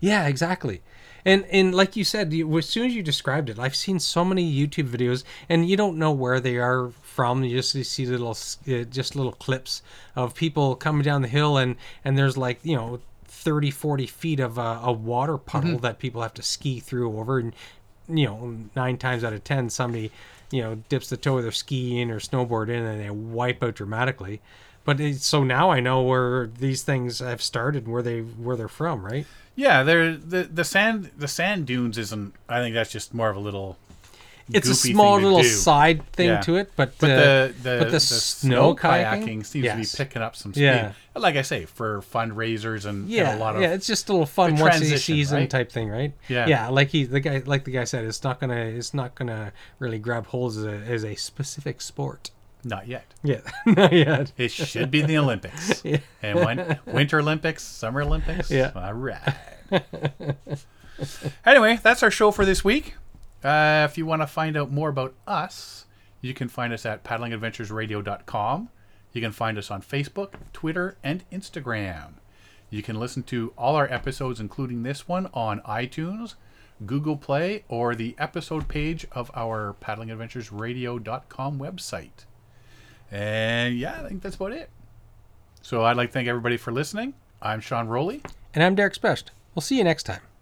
Speaker 2: Yeah, exactly. And and like you said, you, as soon as you described it, I've seen so many YouTube videos, and you don't know where they are from. You just see little, s- uh, just little clips of people coming down the hill, and and there's like you know 30, 40 feet of uh, a, a water puddle that people have to ski through over, and you know nine times out of ten somebody you know dips the toe of their ski in or snowboard in, and they wipe out dramatically. But it, so now I know where these things have started, and where they where they're from, right?
Speaker 1: Yeah, there the the sand the sand dunes isn't. I think that's just more of a little.
Speaker 2: it's a
Speaker 1: goofy
Speaker 2: small
Speaker 1: thing to
Speaker 2: little
Speaker 1: do.
Speaker 2: side thing
Speaker 1: Yeah.
Speaker 2: to it, but,
Speaker 1: But
Speaker 2: uh,
Speaker 1: the the,
Speaker 2: but the, snow kayaking,
Speaker 1: seems
Speaker 2: Yes.
Speaker 1: to be picking up some speed.
Speaker 2: Yeah.
Speaker 1: Like I say, for fundraisers and,
Speaker 2: yeah,
Speaker 1: and a lot of
Speaker 2: yeah, it's just a little fun
Speaker 1: the
Speaker 2: once a
Speaker 1: transition,
Speaker 2: season
Speaker 1: right?
Speaker 2: type thing, right?
Speaker 1: Yeah.
Speaker 2: yeah, like he the guy like the guy said, it's not gonna it's not gonna really grab holds as a, as a specific sport.
Speaker 1: Not yet.
Speaker 2: Yeah, (laughs) not yet.
Speaker 1: It should be the Olympics. And when Winter Olympics, Summer Olympics.
Speaker 2: Yeah.
Speaker 1: All right. anyway, that's our show for this week. Uh, if you want to find out more about us, you can find us at paddlingadventuresradio.com. You can find us on Facebook, Twitter, and Instagram. You can listen to all our episodes, including this one, on iTunes, Google Play, or the episode page of our paddlingadventuresradio.com website. And yeah, I think that's about it. So I'd like to thank everybody for listening. I'm Sean Rowley.
Speaker 2: And I'm Derek Specht. We'll see you next time.